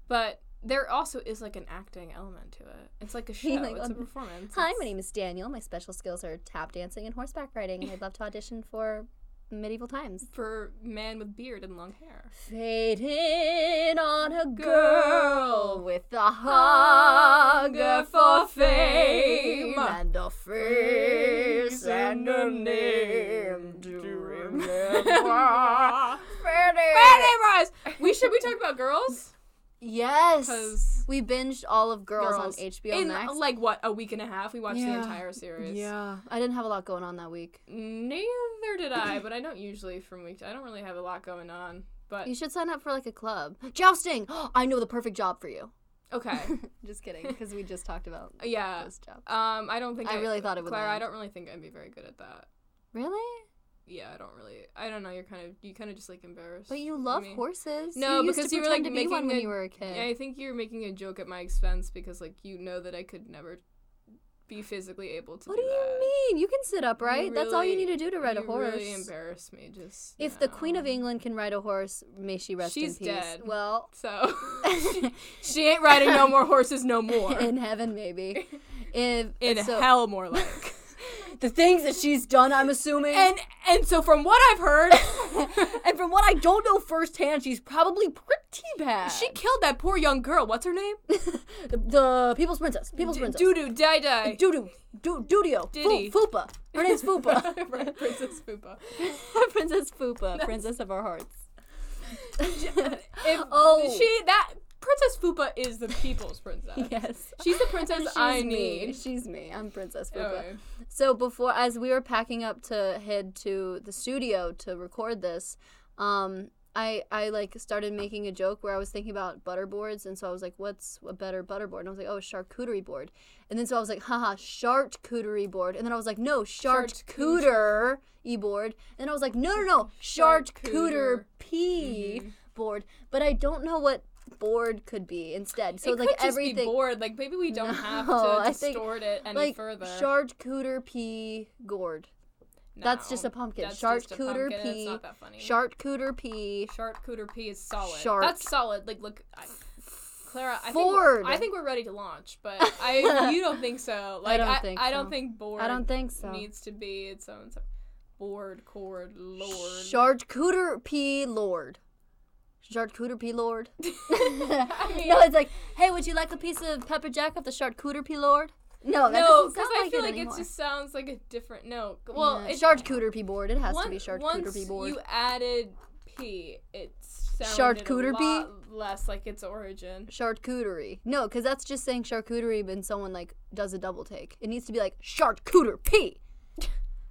B: But there also is like an acting element to it. It's
A: [LAUGHS]
B: like a show.
A: He, like,
B: it's a
A: um,
B: performance.
A: Hi, my
B: It's-
A: name is Daniel. My special skills are tap dancing and horseback riding, and I'd love to audition for medieval times.
B: for man with beard and long
A: [LAUGHS]
B: hair.
A: Fading on a girl
B: Girl
A: with a hunger for fame
B: fame.
A: and a face and a name to remember.
B: Fanny
A: Freddie!
B: Rice. We should we talk about girls
A: Yes,
B: 'Cause
A: we binged all of Girls,
B: Girls.
A: on HBO
B: in
A: Max.
B: like what a week and a half. We watched the
A: Yeah.
B: entire series.
A: yeah, I didn't have a lot going on that week.
B: Neither
A: [CLEARS THROAT]
B: did I, but I don't usually from week. To, I don't really have a lot going on. But
A: You should sign up for like a club. Jousting! [GASPS] I know the perfect job for you.
B: [LAUGHS]
A: [LAUGHS]
B: okay,
A: just kidding, because we just talked about
B: [LAUGHS]
A: [LAUGHS]
B: yeah.
A: this job.
B: Um, I don't think
A: I really thought it would
B: Clara, I
A: land.
B: don't really think I'd be very good at that.
A: Really?
B: Yeah, I don't really. I don't know. You're kind of you kind of just like embarrassed.
A: But you love
B: me.
A: horses.
B: No,
A: you used
B: because
A: to
B: you were,
A: pretend
B: like,
A: to be one
B: making
A: when
B: a-
A: you were a kid.
B: Yeah, I think you're making a joke at my expense because like you know that I could never be physically able to.
A: what do
B: do,
A: you
B: that.
A: mean? You can sit upright. That's all you need
B: really-
A: to do to ride a
B: You
A: horse.
B: Really embarrass me. Just
A: if the
B: now.
A: Queen of England can ride a horse, may she rest
B: She's
A: in peace.
B: dead. [LAUGHS]
A: Well, [LAUGHS]
B: So she ain't riding no more horses,
A: [LAUGHS]
B: no more.
A: in heaven
B: [LAUGHS]
A: maybe. If
B: In
A: so,
B: hell, more like.
A: [LAUGHS] the things that she's done, I'm assuming.
B: and and so from what I've heard,
A: [LAUGHS] and from what I don't know firsthand, she's probably pretty bad.
B: she killed that poor young girl. What's her name?
A: [LAUGHS] the, the People's Princess. People's Princess.
B: Doo doo die die.
A: Doodoo. Do Dudio.
B: Diddy.
A: Fu- Fupa. Her
B: [LAUGHS]
A: name's Fupa.
B: Right, Princess Fupa.
A: [LAUGHS] Princess Fupa, Princess of our [LAUGHS] hearts.
B: If
A: Oh.
B: she that Princess Fupa is the
A: [LAUGHS]
B: people's princess.
A: [LAUGHS] Yes. Oh,
B: She's the princess I need. Oh.
A: Me. She's me. I'm Princess Fupa.
B: Okay.
A: So before, as we were packing up to head to the studio to record this, um, I I like started making a joke where I was thinking about butterboards, and so I was like, "What's a better butterboard?" And I was like, "Oh, a charcuterie board." And then so I was like, "Haha, charcuterie board." And then I was like, "No, charcuter e board." And I was like, "No, no,
B: [LAUGHS]
A: no, charcuter
B: Charcuter.
A: p
B: Mm-hmm.
A: board." But I don't know what board could be instead. So
B: it
A: like
B: could just be
A: everything.
B: bored. Like maybe we don't have
A: No,
B: to
A: I think,
B: distort it any
A: like
B: further.
A: charcuter p gourd. That's just
B: No,
A: a pumpkin.
B: that's just a
A: Charcuter
B: pumpkin, It's
A: pea.
B: not that funny.
A: Charcuter p.
B: Charcuter P is solid.
A: Shark.
B: That's solid. Like, look, I, Clara, I
A: Ford.
B: think I think we're ready to launch, but
A: [LAUGHS]
B: I you don't think so. Like, I
A: don't
B: don't
A: think
B: think
A: so.
B: board.
A: I don't think so.
B: needs to be its own. So, board, cord, lord.
A: Charcuter P. Lord. Charcuter P. Lord.
B: [LAUGHS]
A: [LAUGHS]
B: I mean,
A: no, it's like, hey, would you like a piece of pepper jack of the charcuter P. Lord? No, that
B: no,
A: doesn't
B: because
A: sound
B: I
A: like
B: feel
A: it
B: like
A: anymore.
B: it just sounds like a different note. Well,
A: yeah.
B: it's
A: charcuter P. Board. It has to
B: one-
A: be charcuter
B: once
A: P. Board.
B: you added P, it sounded
A: Charcuter
B: a
A: P?
B: lot less like its origin.
A: Charcuterie. No, because that's just saying charcuterie when someone like does a double take. It needs to be like charcuter P.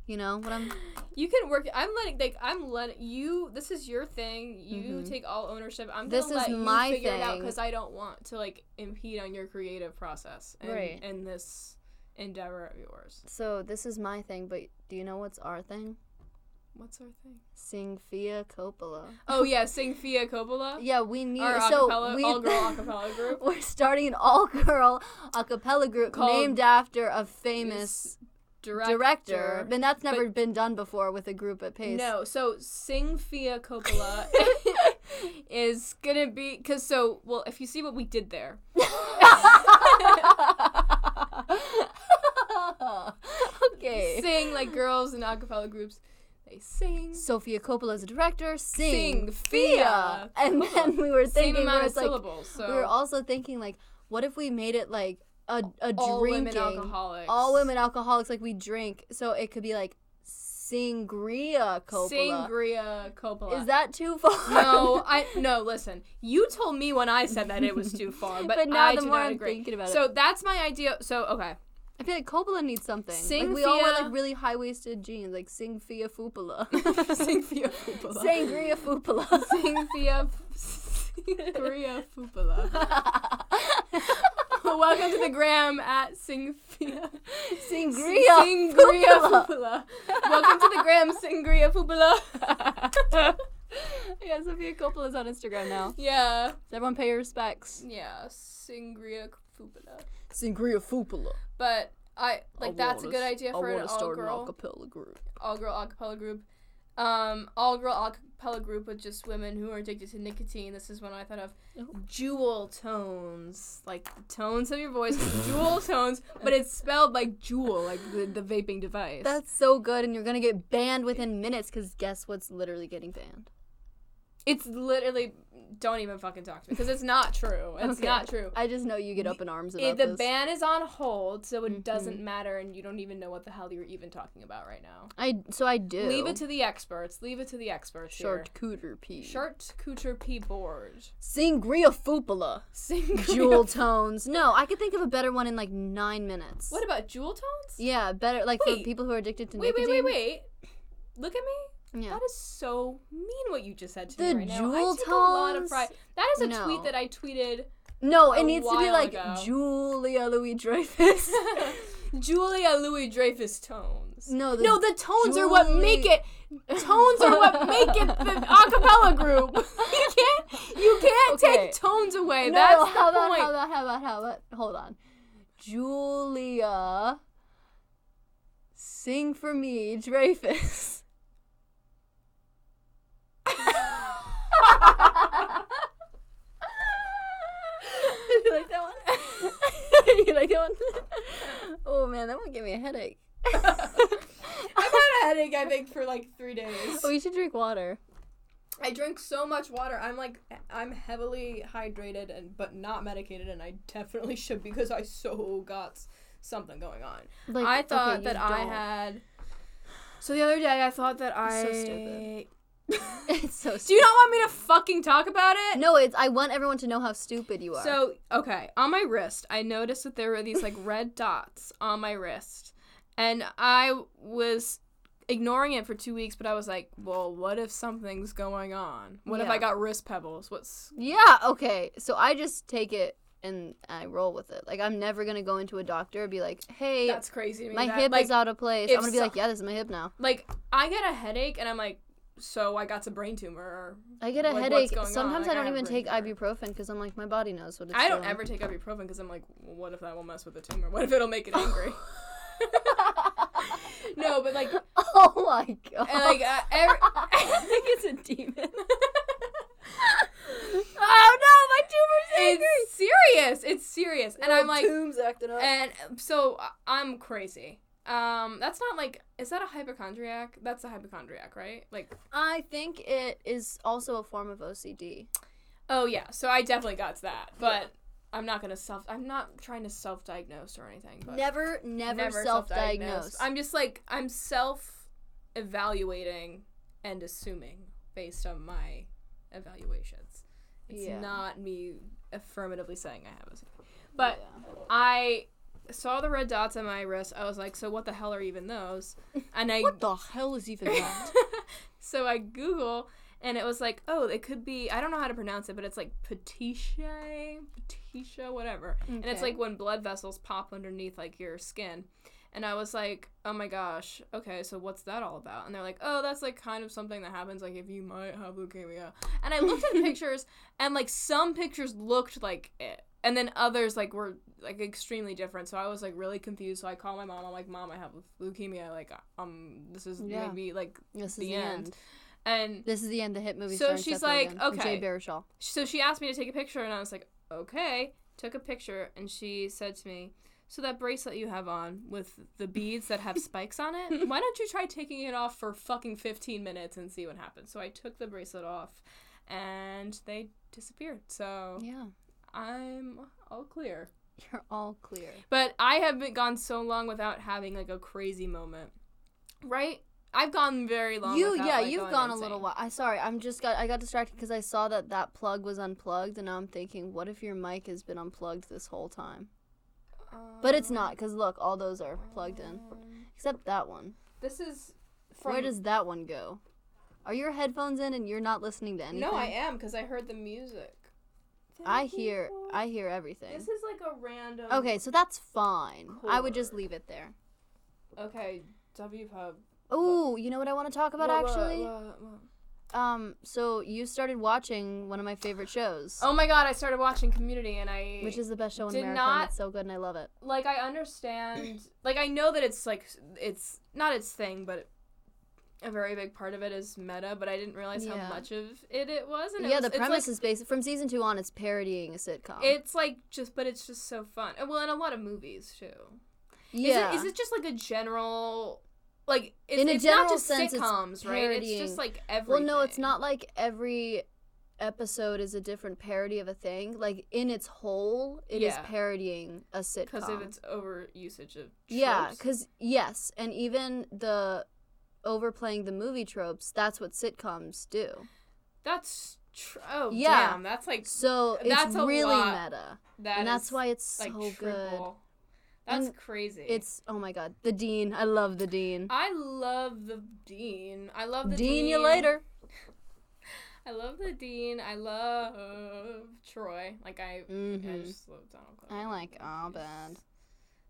A: You know what I'm?
B: You can work. I'm letting like I'm letting you. This is your thing. You take all ownership. I'm
A: Mm-hmm. This
B: gonna let
A: is
B: you
A: my
B: figure it out
A: thing.
B: because I don't want to like impede on your creative process and,
A: Right.
B: and this endeavor of yours.
A: So this is my thing, but do you know what's our thing?
B: What's our thing?
A: [LAUGHS] Sing Fia Coppola.
B: Oh yeah, sing Fia Coppola.
A: Yeah, we need
B: Oh. Our
A: so
B: acapella,
A: we [LAUGHS]
B: all girl acapella group.
A: We're starting an all girl a cappella group
B: Called
A: named after a famous
B: Director.
A: director. And that's never been done before with a group at Pace.
B: No, so Sing Fia Coppola [LAUGHS] is gonna be because so well if you see what we did there,
A: [LAUGHS] okay.
B: sing like girls in acapella groups, they sing.
A: Sophia Coppola is a director. Sing,
B: Sing
A: Fia.
B: Fia
A: And then we were
B: Same
A: thinking,
B: amount
A: where
B: of
A: it's like,
B: syllables. So
A: we were also thinking, like, what if we made it like a, a
B: all
A: drinking?
B: women alcoholics.
A: all women alcoholics like we drink so it could be like sangria copola
B: Sangria Coppola.
A: is that too far [LAUGHS]
B: no, I no. Listen, you told me when I said that it was too
A: [LAUGHS]
B: far, but,
A: But now
B: I
A: the
B: do
A: more
B: not
A: I'm
B: agree.
A: thinking about it-
B: so that's my idea.
A: [LAUGHS]
B: So okay,
A: i feel like copola needs something like
B: Sing
A: we all wear
B: Fia-
A: like really high-waisted jeans like singfia fupola
B: [LAUGHS] Sangria Coppola.
A: sangria fupola [LAUGHS]
B: [LAUGHS] Sangria [LAUGHS] Sangria Coppola.
A: [LAUGHS]
B: Welcome to the gram at Singfia.
A: sangria
B: Sangria
A: Fupula.
B: Fupula. Welcome to the gram
A: [LAUGHS]
B: Sangria [LAUGHS] Fupula.
A: yeah sophia coppola's on instagram now
B: yeah.
A: Does everyone pay your respects
B: Yeah, Sangria Fupula.
A: sangria fupola
B: But I like that's a good idea for an all girl
A: acapella group
B: all girl acapella group. Um, all girl acapella group with just women who are addicted to nicotine. This is one I thought of.
A: Oh.
B: Jewel tones, like tones of
A: [LAUGHS]
B: your voice, jewel tones, but it's spelled like jewel, like the, the vaping device.
A: that's so good and you're gonna get banned within minutes because guess what's literally getting banned
B: it's literally don't even fucking talk to me because it's not true. It's
A: Okay.
B: not true.
A: I just know you get up in arms
B: It-
A: about
B: the
A: this. Mm-hmm.
B: ban is on hold, so it doesn't matter, and you don't even know what the hell you're even talking about right now.
A: I so I do.
B: Leave it to the experts. Leave it to the experts here.
A: charcuter pea.
B: Short Cooter P board.
A: Sangria fupola.
B: [LAUGHS] Sing
A: Jewel tones. No, I could think of a better one in like nine minutes.
B: What about jewel tones?
A: Yeah, better like for
B: Wait.
A: people who are addicted to
B: wait, wait,
A: nicotine.
B: wait, wait. Look at me.
A: Yeah.
B: That is so mean what you just said to
A: The
B: me right now.
A: jewel
B: I take a lot
A: tones?
B: of pride. That is a
A: No.
B: tweet that I [LAUGHS] tweeted.
A: No, it
B: A
A: needs to be
B: while
A: like
B: ago.
A: Julia Louis
B: [LAUGHS]
A: Dreyfus.
B: Julia Louis Dreyfus tones. [LAUGHS]
A: No, the
B: no, the tones are what make
A: Julie-
B: it. Tones are what make it [LAUGHS] the acapella group. [LAUGHS] You can't, you can't
A: Okay.
B: take tones away.
A: no,
B: That's the
A: how about
B: point.
A: how about how about how about hold on. Julia Sing for me,
B: [LAUGHS]
A: Dreyfus. you like that one? [LAUGHS] you like that one? Oh man, that one gave me a headache.
B: [LAUGHS] I've had a headache, I think, for like three days.
A: Oh, you should drink water.
B: I drink so much water. I'm like, I'm heavily hydrated and but not medicated, and I definitely should because I so got s- something going on.
A: Like,
B: I thought
A: okay, you
B: that I
A: don't.
B: had. So the other day, I thought that I.
A: so
B: [LAUGHS]
A: stupid. [LAUGHS] it's so
B: Do you not want me to fucking talk about it?
A: No, it's I want everyone to know how stupid you are.
B: So okay, on my wrist, I
A: [LAUGHS]
B: noticed that there were these like red dots on my wrist, and I was ignoring it for two weeks, but I was like, well, what if something's going on? What if
A: Yeah.
B: I got wrist pebbles? What's
A: Yeah, okay. So I just take it and I roll with it. Like I'm never gonna go into a doctor and be like, Hey,
B: that's crazy to me.
A: my
B: that-
A: hip
B: like,
A: is out of place.
B: if
A: I'm gonna be
B: so-
A: like, Yeah, this is my hip now.
B: like I get a headache and I'm like, so I got a brain tumor. Or
A: I get a
B: Like, what's
A: headache.
B: going on?
A: Sometimes
B: Like,
A: I
B: I
A: don't
B: have
A: even
B: brain
A: take
B: tumor.
A: ibuprofen because I'm like, my body knows what it's
B: I don't
A: doing. [LAUGHS]
B: ever [LAUGHS] take ibuprofen because I'm like, well, what if that will mess with the tumor? What if
A: [LAUGHS]
B: it'll make it angry? no, but
A: [LAUGHS]
B: like, and
A: Oh my god.
B: like uh, every-
A: I think it's a demon. oh no, my tumor's angry.
B: it's serious. It's serious, [LAUGHS] and
A: My
B: I'm like,
A: tomb's acting up.
B: and so I- I'm crazy. Um, that's not like, is that a hypochondriac? That's a hypochondriac, right? Like,
A: I think it is also a form of OCD.
B: oh yeah. So I definitely got to that, but I'm not gonna self. I'm not trying to self-diagnose or anything. But
A: Never, never, self-diagnose.
B: I'm just like I'm self evaluating and assuming based on my evaluations. It's
A: Yeah.
B: not me affirmatively saying I have a but I saw the red dots on my wrist. I was like, so what the hell are even those?
A: [LAUGHS]
B: And I
A: the hell is [LAUGHS] even
B: so I Google and it was like, oh, it could be I don't know how to pronounce it, but it's like petechiae, petechiae, whatever. And it's
A: Okay.
B: like when blood vessels pop underneath like your skin. And I was like, oh my gosh, okay, so what's that all about? And they're like, oh, that's like kind of something that happens like if you might have leukemia. And I looked
A: [LAUGHS]
B: at pictures and like some pictures looked like it. And then others like were like extremely different. So I was like really confused. So I called my mom. I'm like, "Mom, I have leukemia. Like, um, this is
A: Yeah.
B: maybe like
A: This is
B: the
A: the
B: end.
A: end.
B: and
A: This is the end. The hit movie.
B: So
A: starring
B: she's
A: Seth
B: like,
A: Rogen and
B: okay.
A: Jay Baruchel.
B: so she asked me to take a picture, and I was like, okay. Took a picture, and she said to me, so that bracelet you have on with the beads that
A: [LAUGHS]
B: have spikes on it, why don't you try taking it off for fucking 15 minutes and see what happens? So I took the bracelet off, and they disappeared. So
A: Yeah,
B: I'm all clear.
A: you're all clear.
B: But I have been gone so long without having like a crazy moment, right? I've gone very long.
A: you,
B: without,
A: yeah,
B: like,
A: you've
B: going
A: gone a
B: insane.
A: little while. I sorry, I'm just got I got distracted because I saw that that plug was unplugged, and now I'm thinking, what if your mic has been unplugged this whole time? But it's not, cause look, all those are plugged in
B: Um,
A: except that one.
B: This is
A: Where does that one go? Are your headphones in and you're not listening to anything?
B: No, I am because I heard the music.
A: I hear, I hear everything.
B: This is like a random.
A: Okay, so that's fine. I would just
B: Chord.
A: leave it there.
B: Okay. W pub.
A: Oh, you know what I want to talk about actually?
B: Oh
A: Um, so you started watching one of my favorite shows,
B: my god! I started watching Community, and I
A: which is the best show in
B: Oh, did
A: America.
B: not-
A: and it's so good, and I love it.
B: like I understand.
A: [CLEARS THROAT]
B: like I know that it's like it's not its thing, but. a very big part of it is meta, but I didn't realize
A: Yeah.
B: how much of it it was. And it
A: yeah,
B: was-
A: the
B: it's like-
A: premise is based from season two on. It's parodying a sitcom.
B: It's like just, but it's just so fun. And, Well, and a lot of movies too.
A: yeah,
B: Is it, is it just like a general, like it's,
A: In a
B: it's
A: general
B: not just
A: sense, it's
B: sitcoms, right? It's
A: parodying.
B: just like everything.
A: well, no, it's not like every episode is a different parody of a thing. Like in its whole, it is
B: Yeah.
A: parodying a sitcom.
B: because of its over usage of
A: Yeah,
B: tropes.
A: because yes, and even the overplaying the movie tropes. That's what sitcoms do.
B: that's tr- oh
A: Yeah.
B: damn, that's like
A: So it's
B: That's a
A: really
B: lot.
A: meta,
B: that
A: and that's
B: is,
A: why it's
B: like
A: so good.
B: triple. That's
A: And
B: crazy.
A: It's oh my god, the dean. I love the dean.
B: I love the dean. I love the
A: dean, you later.
B: I love the dean. I love Troy. Like I, I
A: hmm
B: just love Donald. Glover.
A: I like Abed.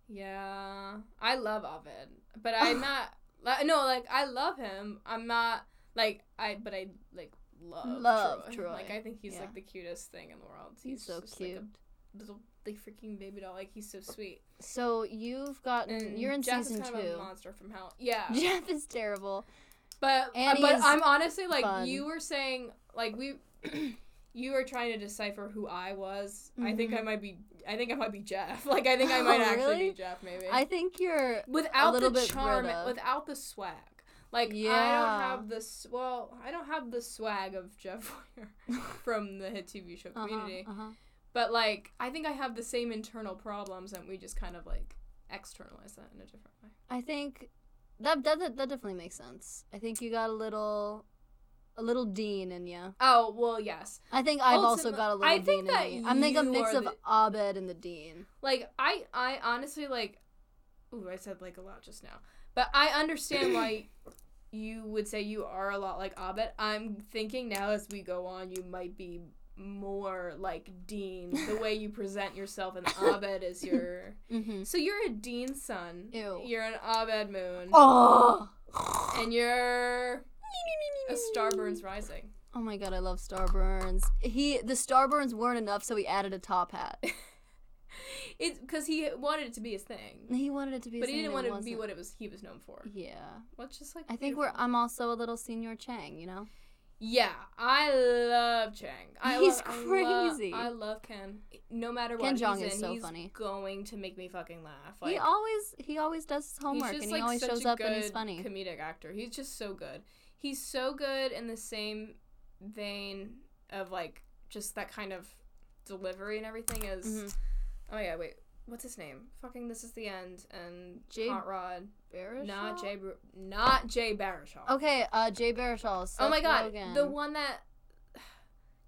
B: Yeah, I love Ovid, but I'm not. Like, no, like I love him. I'm not like I, but I like love
A: Love
B: Troy.
A: Troy,
B: Like I think he's
A: yeah.
B: like the cutest thing in the world.
A: He's so
B: just,
A: cute.
B: Like, a little like freaking baby doll. Like he's so sweet.
A: so you've gotten. you're in
B: Jess
A: season
B: is kind Of a
A: two.
B: monster from hell. Yeah,
A: [LAUGHS] Jeff is terrible.
B: but uh,
A: And
B: but
A: he's
B: I'm honestly like
A: fun.
B: you were saying like we. [CLEARS THROAT] You were trying to decipher who I was. I think I might be. I think I might be Jeff. [LAUGHS] Like I think I
A: Oh, [LAUGHS]
B: might actually
A: Mm-hmm. really?
B: be Jeff. Maybe
A: I think you're.
B: without
A: little
B: the
A: bit
B: charm,
A: Greta.
B: without the swag. Like
A: Yeah.
B: I don't have this. Well, I don't have the swag of Jeff [LAUGHS]
A: [LAUGHS]
B: Weir from the hit TV show
A: Uh-huh,
B: Community,
A: uh-huh.
B: but like I think I have the same internal problems, and we just kind of like externalize that in a different way.
A: I think that, that that that definitely makes sense. I think you got a little, a little dean in you.
B: Oh well, yes.
A: I think I've also
B: Ultimately-
A: got a little
B: I
A: dean
B: think that
A: in me. I'm like a
B: you
A: mix
B: are
A: of
B: the-
A: Abed and the dean.
B: Like I,
A: [COUGHS]
B: I honestly like. Ooh, I said like a lot just now, but I understand why you would say you are a lot like Abed. I'm thinking now as we go on, you might be more like Dean.
A: [LAUGHS]
B: The way you present yourself and Abed is your.
A: Mm-hmm.
B: So you're a Dean son.
A: Ew.
B: You're an Abed moon.
A: Oh.
B: And you're a Starburns rising.
A: Oh my god, I love Starburns. He the Starburns weren't enough, so he added a top hat.
B: It's because he wanted it to be his thing,
A: [LAUGHS] He wanted it to be,
B: but he didn't want
A: something
B: it
A: that
B: to be
A: wasn't.
B: what it was. He was known for.
A: Yeah,
B: What's just like
A: I think we're. I'm also a little Senior Chang, you know.
B: Yeah, I love Chang. I
A: He's
B: love, I lo-
A: crazy.
B: I love Ken. No matter
A: Ken
B: what
A: Jeong
B: he's
A: is
B: in,
A: so
B: he's
A: funny.
B: going to make me fucking laugh. Like,
A: he always he always does his homework
B: he's just,
A: and he
B: like,
A: always
B: such
A: shows
B: a
A: up and he's
B: good
A: funny.
B: Comedic actor. He's just so good. He's so good in the same vein of like just that kind of delivery and everything as.
A: Mhm.
B: Oh yeah, wait. What's his name? Fucking this is the end and
A: Jay
B: Hot Rod.
A: Baruchel?
B: Not Jay. Bru- Not Jay Baruchel.
A: Mm-hmm. Okay, uh, Jay Baruchel.
B: Oh my
A: Seth
B: god,
A: Rogen.
B: the one that [SIGHS]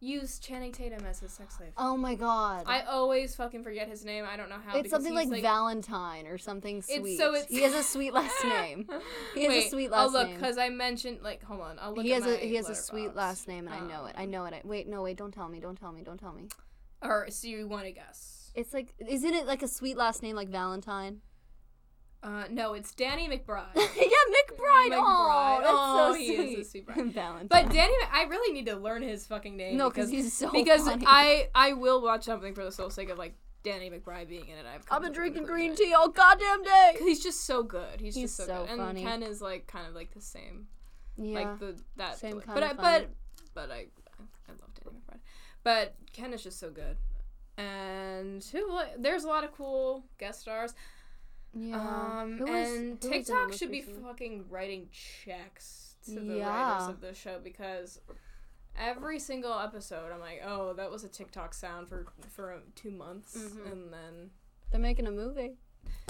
B: used Channing Tatum as his sex slave.
A: Oh my god.
B: I always fucking forget his name. I don't know how.
A: it's
B: because
A: something
B: he's
A: like,
B: [LAUGHS]
A: Valentine or something sweet.
B: It's so it's
A: he has a
B: [LAUGHS]
A: sweet last name. He has a
B: Wait,
A: sweet
B: I'll
A: last
B: look
A: name.
B: because I mentioned like hold on. I'll look.
A: He
B: at
A: has a
B: my
A: he has a sweet
B: letterbox.
A: last name and I know it. I
B: Um,
A: know it. I, wait, no, wait, don't tell me. Don't tell me. Don't tell me.
B: Or so you want to guess?
A: It's like isn't it like a sweet last name like Valentine?
B: Uh, no, it's Danny McBride.
A: [LAUGHS]
B: [LAUGHS]
A: yeah, McBride.
B: McBride.
A: Oh, that's
B: Oh,
A: so
B: he
A: sweet.
B: is a sweet
A: [LAUGHS]
B: bride.
A: Valentine.
B: but Danny, Mc- I really need to learn his fucking name.
A: no, because he's so
B: because
A: funny.
B: I I will watch something for the sole sake of like Danny McBride being in it. I've
A: [LAUGHS]
B: come
A: I've been
B: to the
A: drinking
B: conclusion.
A: green tea all goddamn day.
B: He's just so good. He's,
A: He's
B: just so,
A: so
B: good.
A: funny.
B: And Ken is like kind of like the same.
A: Yeah.
B: Like the that
A: Same
B: deli-
A: kind
B: but
A: of
B: I,
A: funny.
B: but but I I love Danny McBride. But Ken is just so good. And who el- there's a lot of cool guest stars.
A: yeah.
B: Um
A: Who was- who
B: and
A: was in it
B: TikTok
A: most
B: should be
A: recently?
B: fucking writing checks to the
A: Yeah.
B: writers of the show because every single episode I'm like, "Oh, that was a TikTok sound for for 2 months."
A: Mhm.
B: And then
A: They're making a movie.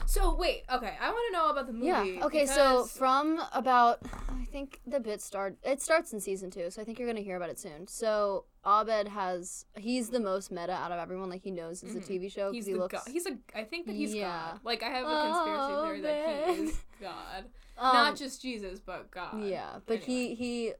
B: So wait, okay, I want to know about the movie.
A: yeah. Okay, so
B: because-
A: from about I think the bit start it starts in season two, so I think you're gonna hear about it soon. So Abed has he's the most meta out of everyone. Like he knows it's
B: Mhm.
A: a TV show because
B: He's
A: he
B: the
A: looks.
B: god. He's a. I think that he's
A: Yeah.
B: God. Like I have a conspiracy
A: Oh,
B: theory that he
A: man. [LAUGHS]
B: is God,
A: um,
B: not just Jesus, but God.
A: Yeah, but he he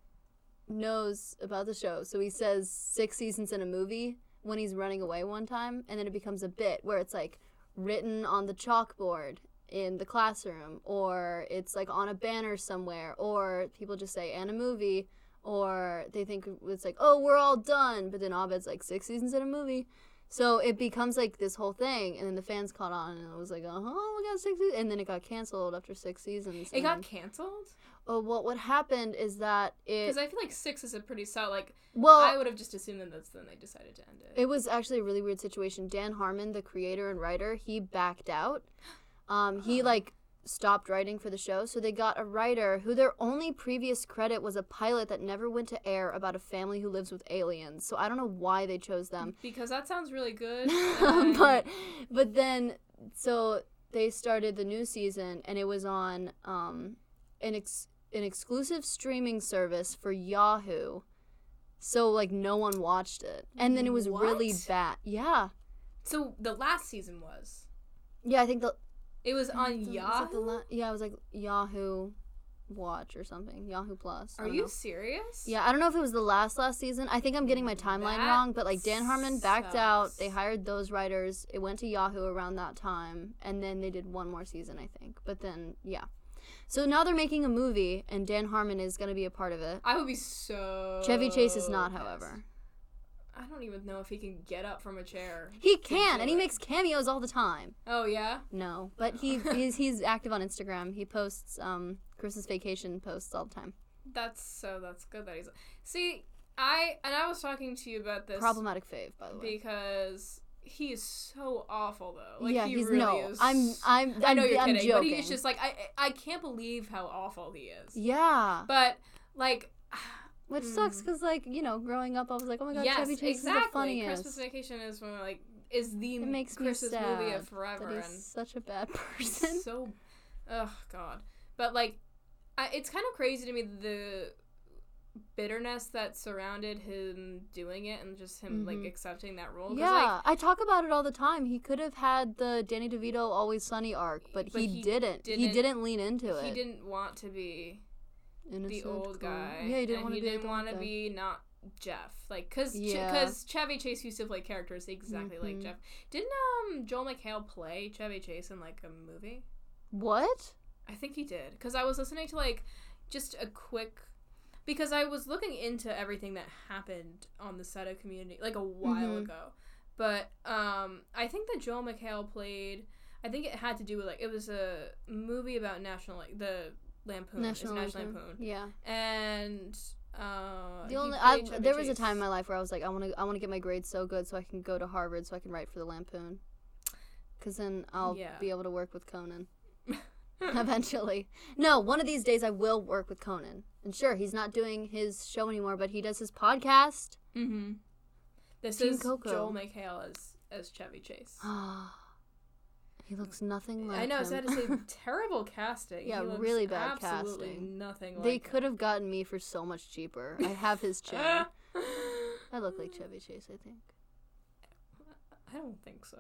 A: knows about the show, so he says six seasons in a movie when he's running away one time, and then it becomes a bit where it's like written on the chalkboard in the classroom, or it's like on a banner somewhere, or people just say and a movie, or they think it's like oh we're all done, but then Abed's like six seasons in a movie. So it becomes like this whole thing, and then the fans caught on, and it was like, oh, we got six, seasons. and then it got canceled after six seasons.
B: It got
A: and-
B: canceled
A: Oh, well, what happened is that Mm-hmm. it.
B: because I feel like six is a pretty solid. Like
A: well,
B: I would have just assumed that that's then they decided to end it.
A: it was actually a really weird situation. Dan Harmon, the creator and writer, he backed out. Um, he
B: [GASPS] Oh.
A: like stopped writing for the show, so they got a writer who their only previous credit was a pilot that never went to air about a family who lives with aliens. So I don't know why they chose them.
B: because that sounds
A: [LAUGHS]
B: really [LAUGHS] good. and-
A: um, but but then so they started the new season and it was on um an ex- an exclusive streaming service for Yahoo. So like no one watched it. And then it was really
B: What?
A: bad. Yeah.
B: so the last season was.
A: Yeah, I think the
B: It was
A: [LAUGHS] I
B: on
A: thought it was,
B: Yahoo.
A: like, the la- yeah, it was like Yahoo Watch or something. Yahoo Plus. I
B: Are
A: don't
B: you
A: know.
B: serious?
A: Yeah, I don't know if it was the last last season. I think I'm getting my timeline
B: Mm, That
A: wrong, but like Dan Harmon backed out. They
B: sucks.
A: hired those writers. It went to Yahoo around that time, and then they did one more season, I think. But then, yeah. So now they're making a movie, and Dan Harmon is going to be a part of it.
B: I would be so.
A: Chevy Chase is not,
B: pissed.
A: however.
B: I don't even know if he can get up from a chair.
A: He
B: to
A: can,
B: do
A: and he
B: it.
A: makes cameos all the time.
B: Oh yeah.
A: No, but
B: [LAUGHS]
A: he he's, he's active on Instagram. He posts um Christmas vacation posts all the time.
B: That's so. That's good that he's. See, I and I was talking to you about this
A: Problematic fave, by the way.
B: because he is so awful though. Like,
A: yeah,
B: he
A: he's
B: really
A: no.
B: Is,
A: I'm I'm
B: I know you're
A: I'm
B: kidding,
A: joking.
B: but he's just like I. I I can't believe how awful he is.
A: yeah.
B: But like, [SIGHS]
A: Which
B: Mm.
A: sucks 'cause sucks because, like, you know, growing up, I was like, oh my god,
B: yes,
A: Chevy Chase is the
B: exactly.
A: funniest.
B: Christmas Vacation is when like is the
A: It makes me
B: Christmas movie
A: sad
B: of forever,
A: that he's
B: and
A: such a
B: [LAUGHS]
A: bad
B: He's
A: person. [LAUGHS]
B: so, oh god. But like, I, it's kind of crazy to me the bitterness that surrounded him doing it and just
A: Mhm.
B: him like accepting that role. 'Cause,
A: Yeah, I talk about it all the time. He could have had the Danny DeVito Always Sunny arc, but,
B: But
A: he,
B: he
A: didn't. He
B: didn't-
A: didn't lean into
B: like, he
A: it.
B: didn't want to be
A: Innocent
B: the old
A: girl.
B: guy.
A: Yeah, you didn't want to be.
B: didn't
A: want to
B: be not Jeff, like because
A: Yeah.
B: because Chevy Chase used to play characters exactly like
A: Mhm.
B: Jeff. Didn't um Joel McHale play Chevy Chase in like a movie?
A: What?
B: I think he did because I was listening to like just a quick because I was looking into everything that happened on the set of Community like a while
A: Mhm.
B: ago, but um I think that Joel McHale played. I think it had to do with like it was a movie about national like the Lampoon. It's National
A: Lampoon.
B: Lampoon
A: Yeah.
B: and uh,
A: The
B: he
A: only I,
B: played Chevy
A: there was a
B: Chase.
A: time in my life where I was like, I want to I want to get my grades so good so I can go to Harvard so I can write for the Lampoon, because then I'll
B: Yeah.
A: be able to work with
B: [LAUGHS]
A: Conan. [LAUGHS] Eventually, no. One of these days, I will work with Conan. And sure, he's not doing his show anymore, but he does his
B: [SIGHS]
A: podcast.
B: Mhm. This
A: Team
B: is
A: Coco.
B: Joel McHale as as Chevy Chase.
A: he looks nothing like.
B: I know,
A: Him. [LAUGHS]
B: sad to say, terrible casting.
A: Yeah,
B: He looks
A: really bad
B: absolutely
A: casting.
B: Nothing.
A: they
B: like
A: could have gotten me for so much cheaper. I have
B: [LAUGHS]
A: his chin.
B: Ah.
A: I look like Chevy Chase, I think. [LAUGHS]
B: I don't think so.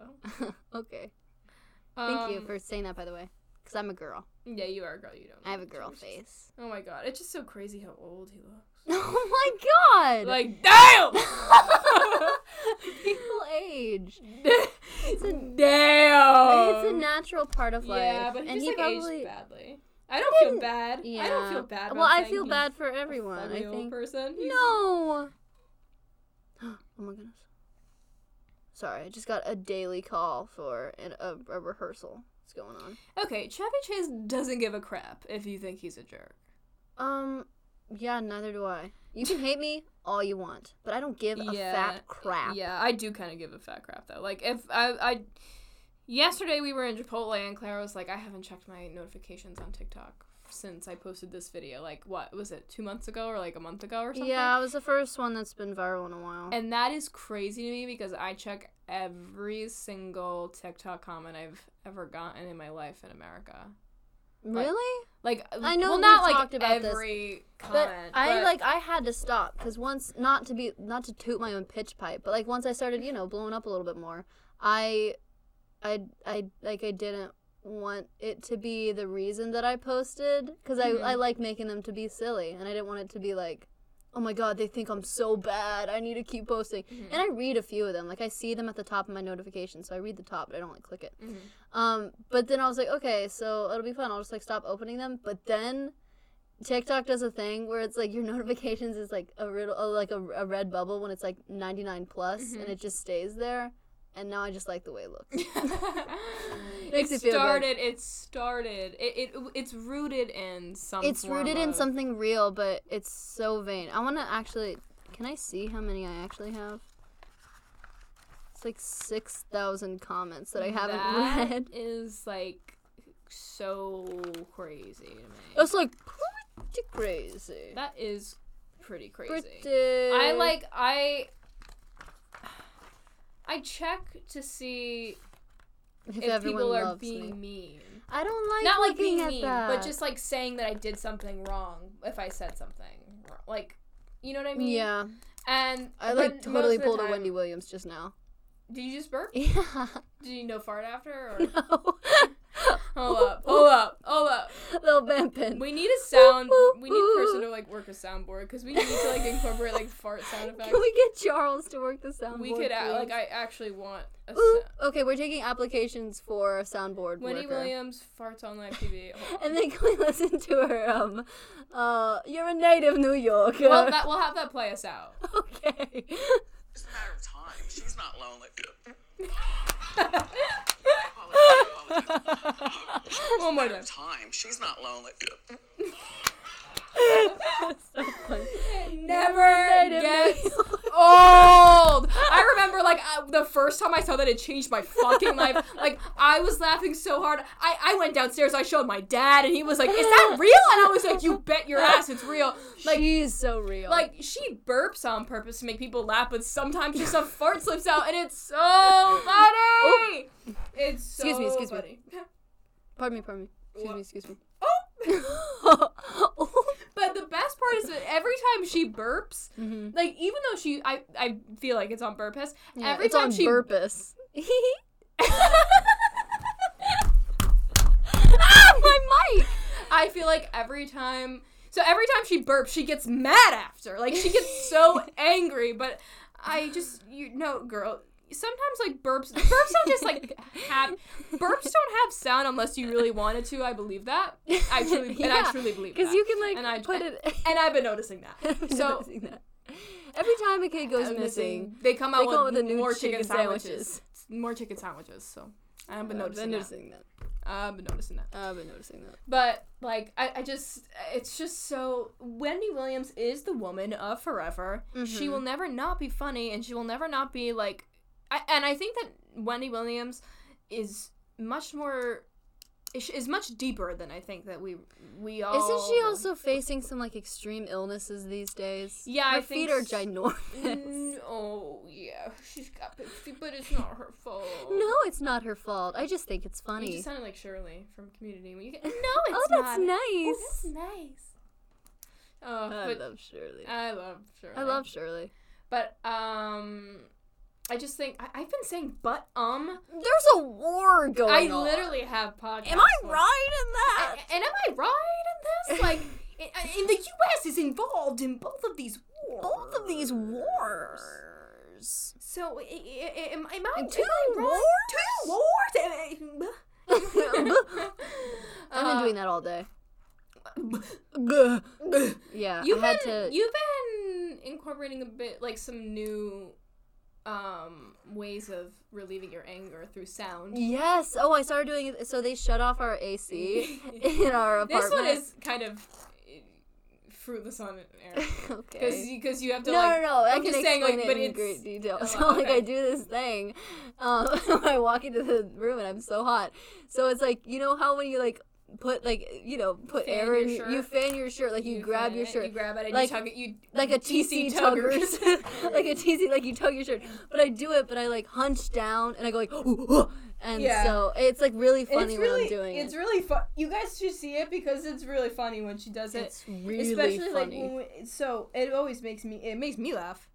A: okay. Thank you
B: Um,
A: for saying that, by the way, because I'm a girl.
B: Yeah, you are a girl. You don't.
A: I have a
B: look like
A: girl
B: Chevy Chase.
A: face.
B: Oh my god, it's just so crazy how old he looks.
A: [LAUGHS] Oh my god!
B: Like damn.
A: [LAUGHS] people age.
B: [LAUGHS] damn.
A: it's a natural part of life.
B: Um, Yeah, but he
A: and
B: just
A: he
B: like
A: probably
B: aged badly. I don't feel
A: didn't-
B: bad.
A: yeah.
B: I don't feel bad. about
A: Well, I
B: saying
A: feel
B: he's
A: bad for
B: a
A: everyone. I
B: fugly old
A: think.
B: person. He's-
A: No. [GASPS] oh my goodness. Sorry, I just got a daily call for an, a, a rehearsal. What's going on?
B: Okay, Chevy Chase doesn't give a crap if you think he's a jerk.
A: Um, yeah, neither do I. You can hate me all you want, but I don't give a
B: Yeah,
A: fat crap.
B: Yeah, I do kind of give a fat crap though. Like if I, I, yesterday we were in Chipotle and Claire was like, I haven't checked my notifications on TikTok since I posted this video. Like what was it? Two months ago or like a month ago or something?
A: Yeah, I was the first one that's been viral in a while.
B: And that is crazy to me because I check every single TikTok comment I've ever gotten in my life in America.
A: really?
B: Like
A: I know
B: well,
A: we've
B: not like
A: talked about this,
B: every
A: But
B: comment.
A: I
B: but-
A: like I had to stop because once not to be not to toot my own pitch pipe, but like once I started you know blowing up a little bit more, I, I I like I didn't want it to be the reason that I posted because
B: Mhm.
A: I I like making them to be silly and I didn't want it to be like, oh my god they think I'm so bad I need to keep posting
B: Mhm.
A: and I read a few of them like I see them at the top of my notifications so I read the top but I don't like click it
B: Mhm.
A: um, but then I was like, okay, so it'll be fun. I'll just like stop opening them. But then TikTok does a thing where it's like your [LAUGHS] notifications is like a riddle, uh, like a, a red bubble when it's like 99 plus,
B: Mhm.
A: and it just stays there. And now I just like the way it looks.
B: [LAUGHS]
A: Makes
B: it
A: you feel good.
B: started. It started. It, it it's rooted in some.
A: it's
B: form
A: rooted in
B: of-
A: something real, but it's so vain. I want to actually. Can I see how many I actually have? It's like 6,000 comments that I haven't [LAUGHS]
B: that
A: read.
B: Is like so crazy to me.
A: It's like pretty crazy.
B: That is pretty crazy.
A: Pretty.
B: I like I. I check to see if, people are being mean.
A: I don't like
B: Not like
A: looking
B: being
A: at
B: mean,
A: that.
B: but just like saying that I did something wrong if I said something. wrong. Like, you know what I mean?
A: yeah.
B: And
A: I
B: but
A: like
B: most
A: totally
B: of the
A: pulled a
B: time-
A: Wendy Williams just
B: [LAUGHS]
A: now. [LAUGHS]
B: Did you just burp?
A: Yeah. [LAUGHS]
B: Did you no fart after? Or?
A: No.
B: Hold up, hold up, hold up.
A: Little Bampin. [LAUGHS]
B: We need a sound. We need a person to like work a soundboard because we need to like incorporate like
A: [LAUGHS]
B: fart sound effects.
A: Can we get Charles to work the soundboard?
B: We could add, like
A: please?
B: I actually want a
A: Ooh.
B: sa-
A: Okay, we're taking applications for a soundboard
B: Wendy
A: worker.
B: Williams farts on
A: [LAUGHS]
B: live TV. Hold on.
A: And then can we listen to her? Um, uh, you're a native New Yorker.
B: well, that we'll have that play us out.
A: [LAUGHS]
B: [LAUGHS]
A: okay. [LAUGHS]
C: It's a matter of time. She's not lonely.
B: One more time.
C: Time. She's not lonely.
B: Never
A: Native
B: gets
A: New Yorker.
B: old. I remember like I, the first time I saw that it changed my
A: [LAUGHS]
B: fucking life. Like I was laughing so hard. I I went downstairs. I showed my dad, and he was like, "Is that real?" And I was like, "You bet your ass, it's real." [LAUGHS] Like
A: She's so real.
B: like she burps on purpose to make people laugh, but sometimes
A: [LAUGHS]
B: just a fart slips out, and it's so funny. It's so
A: Excuse me, excuse me.
B: funny. [LAUGHS] me.
A: pardon me, pardon me. Excuse me, excuse me. [LAUGHS]
B: But the best part is that every time she burps,
A: Mhm.
B: like even though she, I, I feel like it's on purpose.
A: Yeah,
B: every
A: it's
B: time
A: on
B: she [LAUGHS]
A: purpose. [LAUGHS]
B: ah, my mic. I feel like every time So every time she burps, she gets mad after. Like she gets
A: [LAUGHS]
B: so angry. But I just you know, girl. Sometimes like burps, burps don't just like have burps don't have sound unless you really wanted to. I believe that. I truly and I
A: Yeah,
B: truly believe
A: Because
B: that.
A: you can like
B: And I-
A: put
B: [LAUGHS]
A: it. [LAUGHS]
B: and I've been noticing that. So-
A: so every time a kid goes
B: I'm
A: missing,
B: They come out
A: they
B: with,
A: come up with a new
B: more
A: chicken,
B: chicken,
A: sandwiches.
B: sandwiches. More chicken sandwiches. So I've been
A: I've
B: noticing
A: been
B: that.
A: noticing that.
B: I've been noticing that.
A: I've been noticing that.
B: But like I, I just it's just so Wendy Williams is the woman of forever. She
A: Mm-hmm.
B: will never not be funny and she will never not be like I, and I think that Wendy Williams is much more is, is much deeper than I think that we we all
A: Isn't she
B: [LAUGHS]
A: also facing some like extreme illnesses these days?
B: Yeah,
A: her
B: I
A: feet
B: think
A: are
B: s- [LAUGHS]
A: ginormous.
B: Mm, oh yeah, she's got big feet, but it's not her fault.
A: No, it's not her fault. I just think it's
B: you
A: funny. [LAUGHS]
B: just sounded like Shirley from Community. When you get, no, it's
A: oh, that's
B: not. Oh, that's
A: nice.
B: nice. Oh,
A: I
B: but
A: love Shirley.
B: I love Shirley.
A: I love Shirley.
B: But um, I just think I, I've been saying but um.
A: There's a war going
B: I
A: on.
B: literally have
A: Oh,
B: podcasts.
A: uh, Am I
B: like-
A: right in
B: A- [LAUGHS]
A: that?
B: And, am I right
A: [LAUGHS]
B: in this? Like, in, uh, in the U.S. is involved in both of these wars.
A: Both of these
B: [LAUGHS]
A: wars.
B: So, i- i- i- am, am I
A: And
B: am
A: two
B: I right? Two
A: wars?
B: wars. [LAUGHS] Am I-
A: I've been
B: Uh,
A: doing that all [LAUGHS] day. yeah,
B: You've
A: I had to.
B: been, You've been incorporating a bit like some new um ways of relieving your anger through sound.
A: Yes. Oh, I started doing it. So they shut off our
B: [LAUGHS]
A: AC in our
B: This
A: apartment.
B: one is kind of eh, fruitless on air [LAUGHS]
A: [LAUGHS]
B: because
A: okay.
B: because you have to
A: No,
B: like
A: no, no. I
B: I'm
A: can
B: just
A: explain
B: saying, like,
A: it
B: but
A: in
B: it's-
A: great detail. [LAUGHS]
B: Oh,
A: so, like,
B: okay.
A: I do this thing. Um, [LAUGHS] I walk into the room and I'm so hot. So it's like you know how when you like put like you know put
B: Fan
A: air
B: your
A: in you
B: shirt.
A: fan your shirt like you, grab
B: fan
A: your
B: it,
A: shirt
B: you grab it, and
A: Like-
B: you tug it, you
A: like a TC [LAUGHS] tuggers, like a TC, like you tug your shirt. But I do it, but I like hunch down and I go like, and
B: Yeah.
A: so it's like really funny
B: it's
A: when
B: really,
A: I'm doing
B: it's
A: it.
B: really fun. You guys should see it because it's really funny when she does it.
A: It's really
B: Especially
A: funny.
B: like when we, so it always makes me it makes me laugh.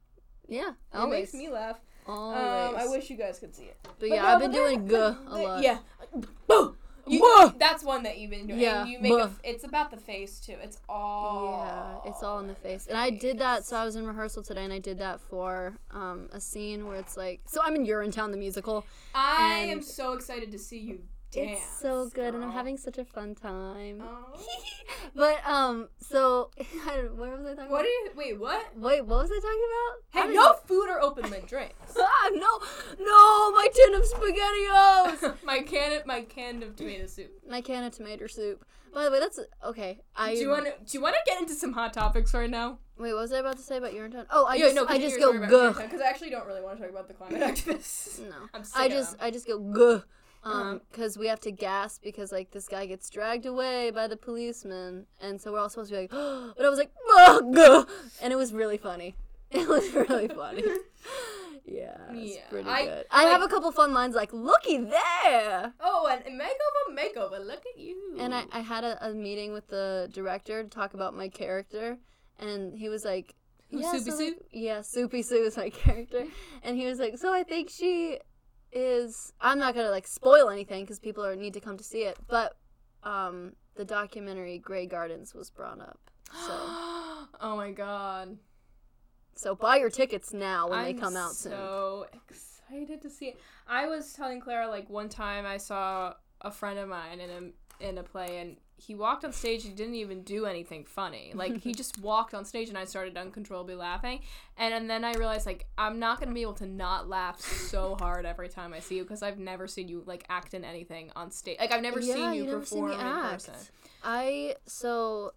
A: yeah,
B: It makes
A: always,
B: me laugh.
A: always.
B: Um, I wish you guys could see it.
A: but
B: But
A: yeah,
B: no,
A: I've been
B: but they're-
A: doing guh a lot. [LAUGHS]
B: [LAUGHS] Yeah. You-
A: Whoa.
B: that's one that you've been doing.
A: Yeah,
B: And you make a,
A: whoa.
B: it's about the face too. It's all
A: Yeah, it's all in the face. And I did that, so I was in rehearsal today, and I did that for um, a scene where it's like, so I'm in Urinetown, the musical.
B: I
A: and-
B: am so excited to see you dance.
A: it's so good, and I'm
B: girl.
A: having such a fun time.
B: Oh.
A: [LAUGHS] But, um, so, [LAUGHS] I don't, what was I talking about?
B: What are you? Wait, what?
A: Wait, what was I talking about? I
B: Hey,
A: don't
B: no
A: know.
B: food or open my
A: [LAUGHS]
B: drinks.
A: Ah, no, no, my tin of
B: [LAUGHS]
A: spaghettios,
B: my can, my can of tomato soup.
A: my can of tomato soup. By the way, that's okay. I
B: Do you want to? Do you want to get into some hot topics right now?
A: wait. What was I about to say about Urinetown? Oh, I
B: Yeah,
A: just,
B: no,
A: I
B: continue
A: just
B: your
A: go
B: story about
A: guh.
B: Vietnam, 'cause I actually don't really want to talk about the climate
A: [LAUGHS]
B: activists.
A: No.
B: I'm sick
A: I
B: of
A: just
B: them.
A: I just go guh. Um
B: Uh-huh.
A: 'cause because we have to gasp because like this guy gets dragged away by the policeman, and so we're all supposed to be like, [GASPS] but I was like, "Ugh, guh," and it was really funny. [LAUGHS] It was really
B: [LAUGHS]
A: funny. Yeah, it's
B: Yeah,
A: pretty
B: I-
A: good. I have a
B: like-
A: couple fun lines like, "Looky there,"
B: Oh, and and makeover, makeover. Look at you.
A: and I, I had a, a meeting with the director to talk about my character, and he was like,
B: Who,
A: yeah,
B: Soupy
A: so,
B: Sue?
A: like- yeah, Soupy Sue is my [LAUGHS] character, and he was like, so I think she is. I'm not gonna like spoil anything because people are need to come to see it, but um, the documentary Grey Gardens was brought up. So, [GASPS]
B: [GASPS] oh my god.
A: so buy your tickets now when
B: I'm
A: they come out soon.
B: so excited to see it. I was telling Clara like one time I saw a friend of mine in a in a play and he walked on stage he didn't even do anything
A: [LAUGHS]
B: funny like he just walked on stage and i started uncontrollably laughing and, and then i realized like i'm not going to be able to not laugh
A: [LAUGHS]
B: so hard every time i see you because i've never seen you like act in anything on stage like i've never seen you
A: never seen
B: perform
A: me
B: in person
A: I so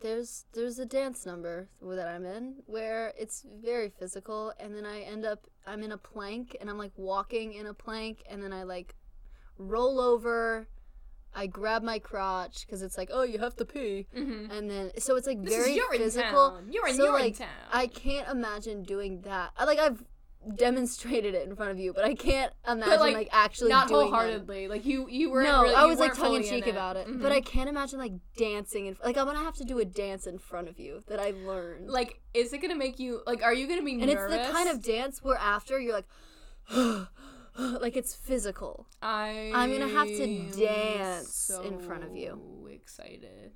A: there's there's a dance number that I'm in where it's very physical, and then I end up I'm in a plank and I'm like walking in a plank, and then I like roll over. I grab my crotch because it's like, oh, you have to
B: [LAUGHS]
A: pee,
B: mm-hmm.
A: and then so it's like
B: this
A: very
B: is you're
A: physical.
B: in town you're in
A: So,
B: your
A: like,
B: town
A: I can't imagine doing that. I- Like I've demonstrated it in front of you, but I can't imagine like,
B: like,
A: actually
B: not
A: doing it
B: wholeheartedly like you you were
A: no,
B: really,
A: I
B: you
A: was like
B: weren't fully
A: tongue in cheek
B: it.
A: about it,
B: Mhm.
A: but I can't imagine like dancing in like I'm gonna have to do a dance in front of you that I learned.
B: like is it gonna make you like are you gonna be
A: and it's
B: nervous
A: the kind of dance where after you're like, [GASPS] like it's physical.
B: I
A: I'm gonna have to
B: am
A: dance in front of you.
B: so excited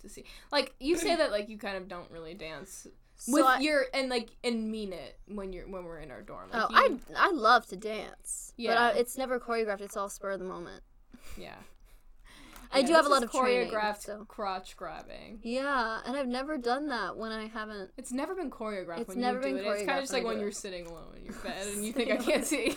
B: to see. Like you say that like you kind of don't really dance
A: So
B: with
A: I-
B: your and like and mean it when you're when we're in our dorm. Like,
A: Oh,
B: you-
A: I I love to dance. But
B: Yeah.
A: I, it's never choreographed. It's all spur of the moment.
B: yeah.
A: I
B: Yeah,
A: do have a
B: this
A: lot
B: is
A: of training,
B: choreographed
A: so-
B: crotch grabbing.
A: Yeah, and I've never done that when I haven't.
B: It's never been choreographed
A: It's
B: when
A: never
B: you do
A: been
B: it. It's kind
A: choreographed
B: of just
A: when
B: like
A: I
B: when
A: do
B: you're
A: it.
B: sitting alone in your bed
A: [LAUGHS]
B: and you think I can't see.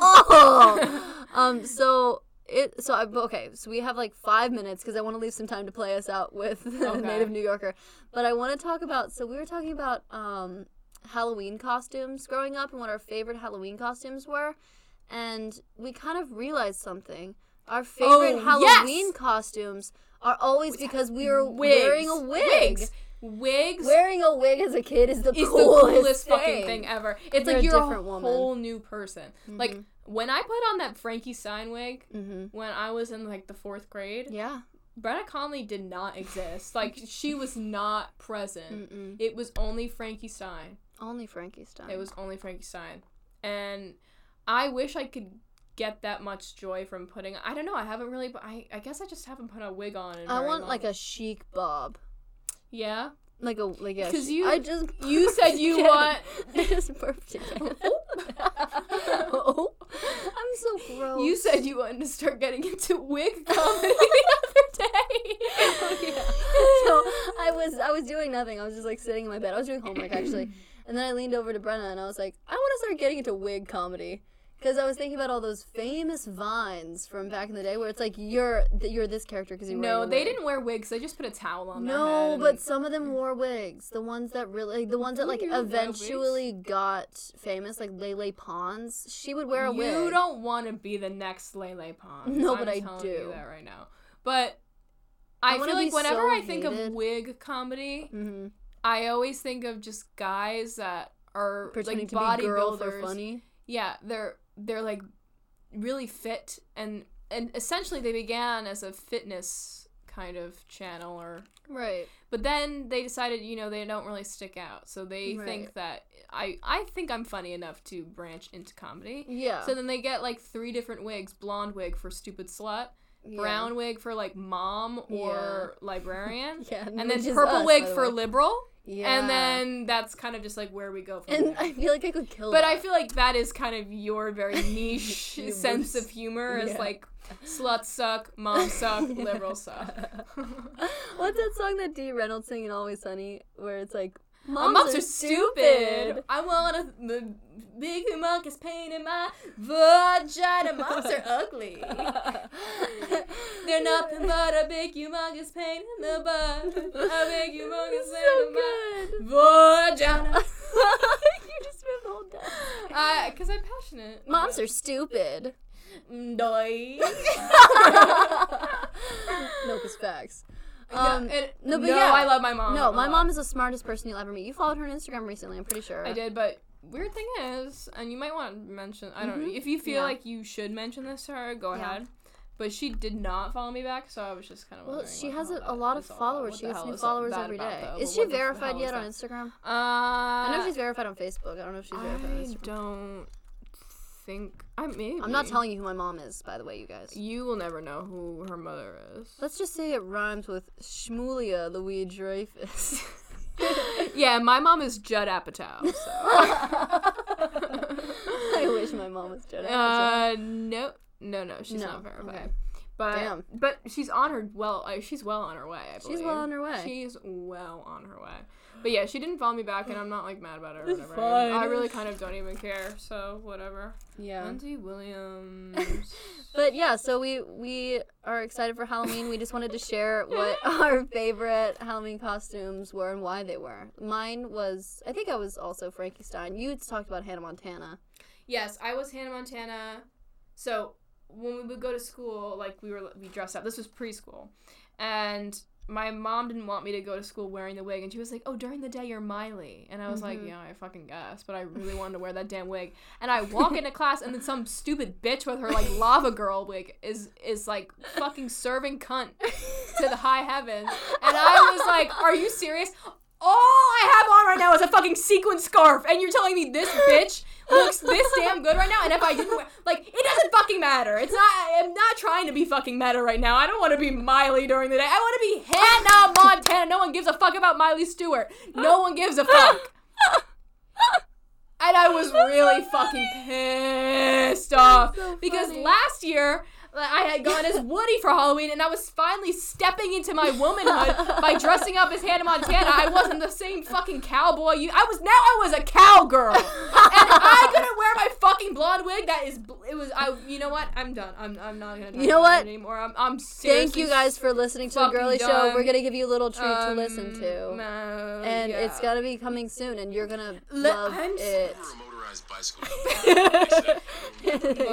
A: oh, um. So it. So I. but Okay. So we have like five minutes because I want to leave some time to play us out with [LAUGHS] the
B: Okay.
A: native New Yorker. But I want to talk about. So we were talking about um Halloween costumes growing up and what our favorite Halloween costumes were, and we kind of realized something. Our favorite
B: Oh, yes!
A: Halloween costumes are always because we are
B: Wigs.
A: wearing a wig.
B: Wigs. Wigs
A: Wearing a wig as a kid is the
B: is
A: coolest,
B: the coolest
A: thing.
B: fucking thing ever. It's
A: you're a
B: like you're a,
A: different woman.
B: whole new person. Like when I put on that Frankie Stein wig
A: Mm-hmm.
B: when I was in like the fourth grade,
A: Yeah.
B: Brenna Conley did not
A: [LAUGHS]
B: exist. Like she was not present.
A: Mm-mm.
B: It was only Frankie Stein.
A: Only Frankie Stein.
B: It was only Frankie Stein. And I wish I could get that much joy from putting I don't know, I haven't really but I, I guess I just haven't put a wig on in
A: I
B: very
A: want
B: long.
A: like a chic bob,
B: Yeah.
A: like a like a.
B: 'Cause you-
A: I just
B: [LAUGHS] you said
A: burped [LAUGHS]
B: you
A: again.
B: want-
A: I just burped
B: [LAUGHS]
A: again. oh, I'm so gross. [LAUGHS]
B: You said you wanted to start getting into [LAUGHS] wig comedy the other day. [LAUGHS]
A: so I was I was doing nothing. I was just like sitting in my bed. I was doing homework
B: [CLEARS THROAT]
A: actually, and then I leaned over to Brenna and I was like, I want to start getting into wig comedy. Because I was thinking about all those famous vines from back in the day, where it's like you're th- you're this character because you
B: No, they didn't wear wigs. They just put a towel on their head.
A: No,
B: and-
A: but some of them wore wigs. The ones that really, the ones that
B: Don't
A: like
B: you wear
A: eventually got famous, like Lele Pons. She would wear a
B: you
A: wig.
B: don't want to be the next Lele Pons.
A: No,
B: I'm
A: but I
B: telling
A: do.
B: You that right now, but
A: I
B: I,
A: wanna
B: feel
A: be
B: like whenever
A: so
B: I think
A: hated.
B: of wig comedy,
A: hmm
B: I always think of just guys that are
A: Pretending
B: like
A: to be girl for
B: bodybuilders.
A: funny.
B: Yeah, they're they're like really fit and and essentially they began as a fitness kind of channel or
A: Right.
B: but then they decided you know they don't really stick out so they
A: Right.
B: think that I I think I'm funny enough to branch into comedy.
A: Yeah.
B: So then they get like three different wigs: blonde wig for stupid slut,
A: yeah.
B: brown wig for like mom or librarian,
A: [LAUGHS] Yeah.
B: and then
A: which is
B: purple
A: us,
B: wig
A: by the
B: for
A: way.
B: liberal.
A: Yeah.
B: And then that's kind of just like where we go from
A: And
B: there.
A: I feel like I could kill.
B: but
A: that. [LAUGHS]
B: I feel like that is kind of your [LAUGHS] very niche
A: Your
B: sense
A: roots.
B: of humor is
A: Yeah.
B: like sluts suck, mom [LAUGHS] suck,
A: Yeah.
B: liberal suck.
A: What's that song that Dee Reynolds sang in Always Sunny, where it's like,
B: Moms,
A: "Moms,
B: are, stupid. I want a the big humongous pain in my vagina. Moms are [LAUGHS] ugly. They're nothing but a big humongous pain in the butt. A big [LAUGHS] humongous
A: [LAUGHS]
B: pain
A: so
B: in my
A: good.
B: vagina.
A: [LAUGHS] you just spent the whole
B: [LAUGHS]
A: day.
B: Uh, cause I'm passionate.
A: Moms are stupid.
B: mm, [LAUGHS] Noi.
A: [LAUGHS] no, it's facts.
B: Um,
A: Um,
B: no,
A: no,
B: but
A: but
B: no,
A: yeah.
B: I love my mom.
A: no,
B: a
A: my
B: lot.
A: mom is the smartest person you'll ever meet. You followed her on Instagram recently, I'm pretty sure.
B: I did, but weird thing is, and you might want to mention. I don't. If you
A: Mm-hmm.
B: feel
A: Yeah.
B: like you should mention this to her, go
A: Yeah.
B: ahead. But she did not follow me back, so I was just kind of.
A: Well,
B: wondering
A: she
B: what
A: has
B: the
A: a,
B: hell
A: a
B: that
A: lot of
B: is all about.
A: followers.
B: What
A: She
B: the
A: gets
B: hell
A: new
B: is all
A: followers
B: that
A: every
B: about,
A: day.
B: though?
A: Is
B: But
A: she
B: what the hell
A: verified
B: is
A: yet
B: that?
A: on Instagram?
B: Uh,
A: I
B: I
A: know she's verified on Facebook. I don't know if she's verified on Instagram.
B: don't think. I maybe.
A: I'm not telling you who my mom is, by the way, you guys.
B: You will never know who her mother is.
A: Let's just say it rhymes with Shmulia Louis
B: [LAUGHS]
A: Dreyfus. [LAUGHS]
B: yeah, my mom is Judd Apatow. So.
A: [LAUGHS]
B: [LAUGHS]
A: I wish my mom was Jenna.
B: Uh, no, no, no, she's
A: No,
B: not verified.
A: okay.
B: But
A: Damn.
B: but she's on her well. Uh, she's well on her way. I believe.
A: She's well on her way.
B: She's well on her way. But yeah, she didn't follow me back, and I'm not like mad about it or
A: It's
B: whatever.
A: fine.
B: I really kind of don't even care. So whatever.
A: yeah.
B: Lindsay Williams.
A: [LAUGHS] But yeah, so we we are excited for Halloween. We just wanted to share what [LAUGHS] our favorite Halloween costumes were and why they were. Mine was I think I was also Frankie Stein. You talked about Hannah Montana.
B: yes, I was Hannah Montana. So when we would go to school, like we were we dressed up. This was preschool, and my mom didn't want me to go to school wearing the wig, and she was like, "Oh, during the day you're Miley," and I was like, "Yeah, I fucking guess," but I really wanted to wear that damn wig. And I walk into class, and then some stupid bitch with her like lava girl wig is is like fucking serving cunt to the high heavens, and I was like, "Are you serious?" All I have on right now is a fucking sequin scarf, and you're telling me this bitch looks this damn good right now. And if I didn't wear, like, it doesn't fucking matter. It's not. I'm not trying to be fucking meta right now. I don't want to be Miley during the day. I want to be Hannah Montana. No one gives a fuck about Miley Stewart. No one gives a fuck. And I was really fucking pissed off
A: so
B: because
A: funny.
B: last year like, I had gone as Woody for Halloween, and I was finally stepping into my womanhood
A: [LAUGHS]
B: by dressing up as Hannah Montana. I wasn't the same fucking cowboy. You, I was now. I was a cowgirl, and I couldn't wear my fucking blonde wig. That is, bl- it was. I. You know what? I'm done. I'm. I'm not gonna. Talk
A: You know
B: about it
A: what?
B: anymore. I'm. I'm seriously.
A: Thank you guys for listening to the
B: fucking
A: Girly Show.
B: done.
A: We're gonna give you a little treat to listen
B: um,
A: to,
B: no,
A: and
B: yeah.
A: it's gonna be coming soon, and you're gonna
B: Le-
A: love
B: I'm so-
A: it. [LAUGHS]
B: [LAUGHS]
D: Or a motorized bicycle.
A: Ah,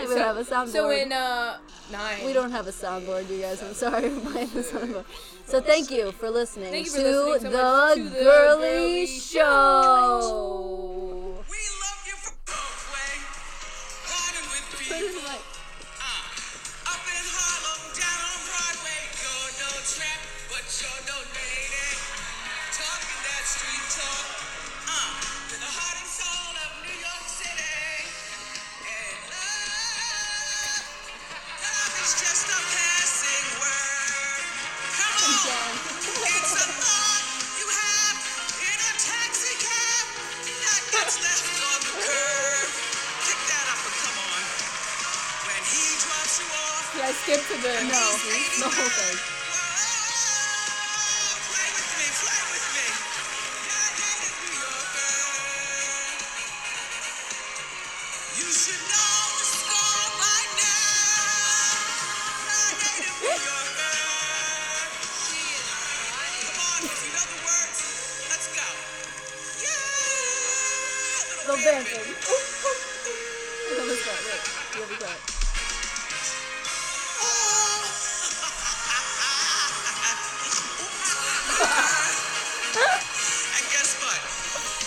A: we
B: So-
A: don't have a soundboard.
B: So in uh nine.
A: we don't have a soundboard, you guys. I'm sorry, [LAUGHS] I'm playing the soundboard. So thank you for listening
B: Thank you for
A: to,
B: listening so
A: the
B: much to The
A: Girly
B: Girly
A: Show.
C: We love you for both way. Riding with people. Uh, up in Harlem, down on Broadway. You're no trap, but you're no lady. Talking that street talk. Uh, to the heart and soul of New York City. And love, love is just a passing word. Come on. It's a thought you have in a taxi cab that gets left on the curb. Pick that up and come on. When he drops you off,
B: Yeah, I skipped to the
C: he's
B: [LAUGHS] the whole
C: 89.
B: thing.
C: Whoa, play with me, play with me. That night at New Yorker. You should know the score by now. That night at New Yorker. Come on, if you know the words, let's go. Yeah, little baby.
B: [LAUGHS]
C: Oh, And guess what?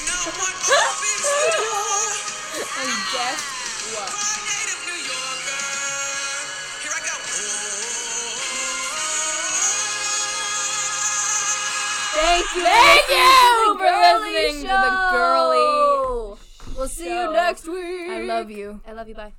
C: No one opens the door.
B: And guess
C: My native New Yorker. Here I go.
A: Thank you.
B: Thank
A: for
B: you for
A: listening
B: listening to the girly.
A: Show. We'll see
B: Show.
A: you next week.
B: I love you.
A: I love you. Bye.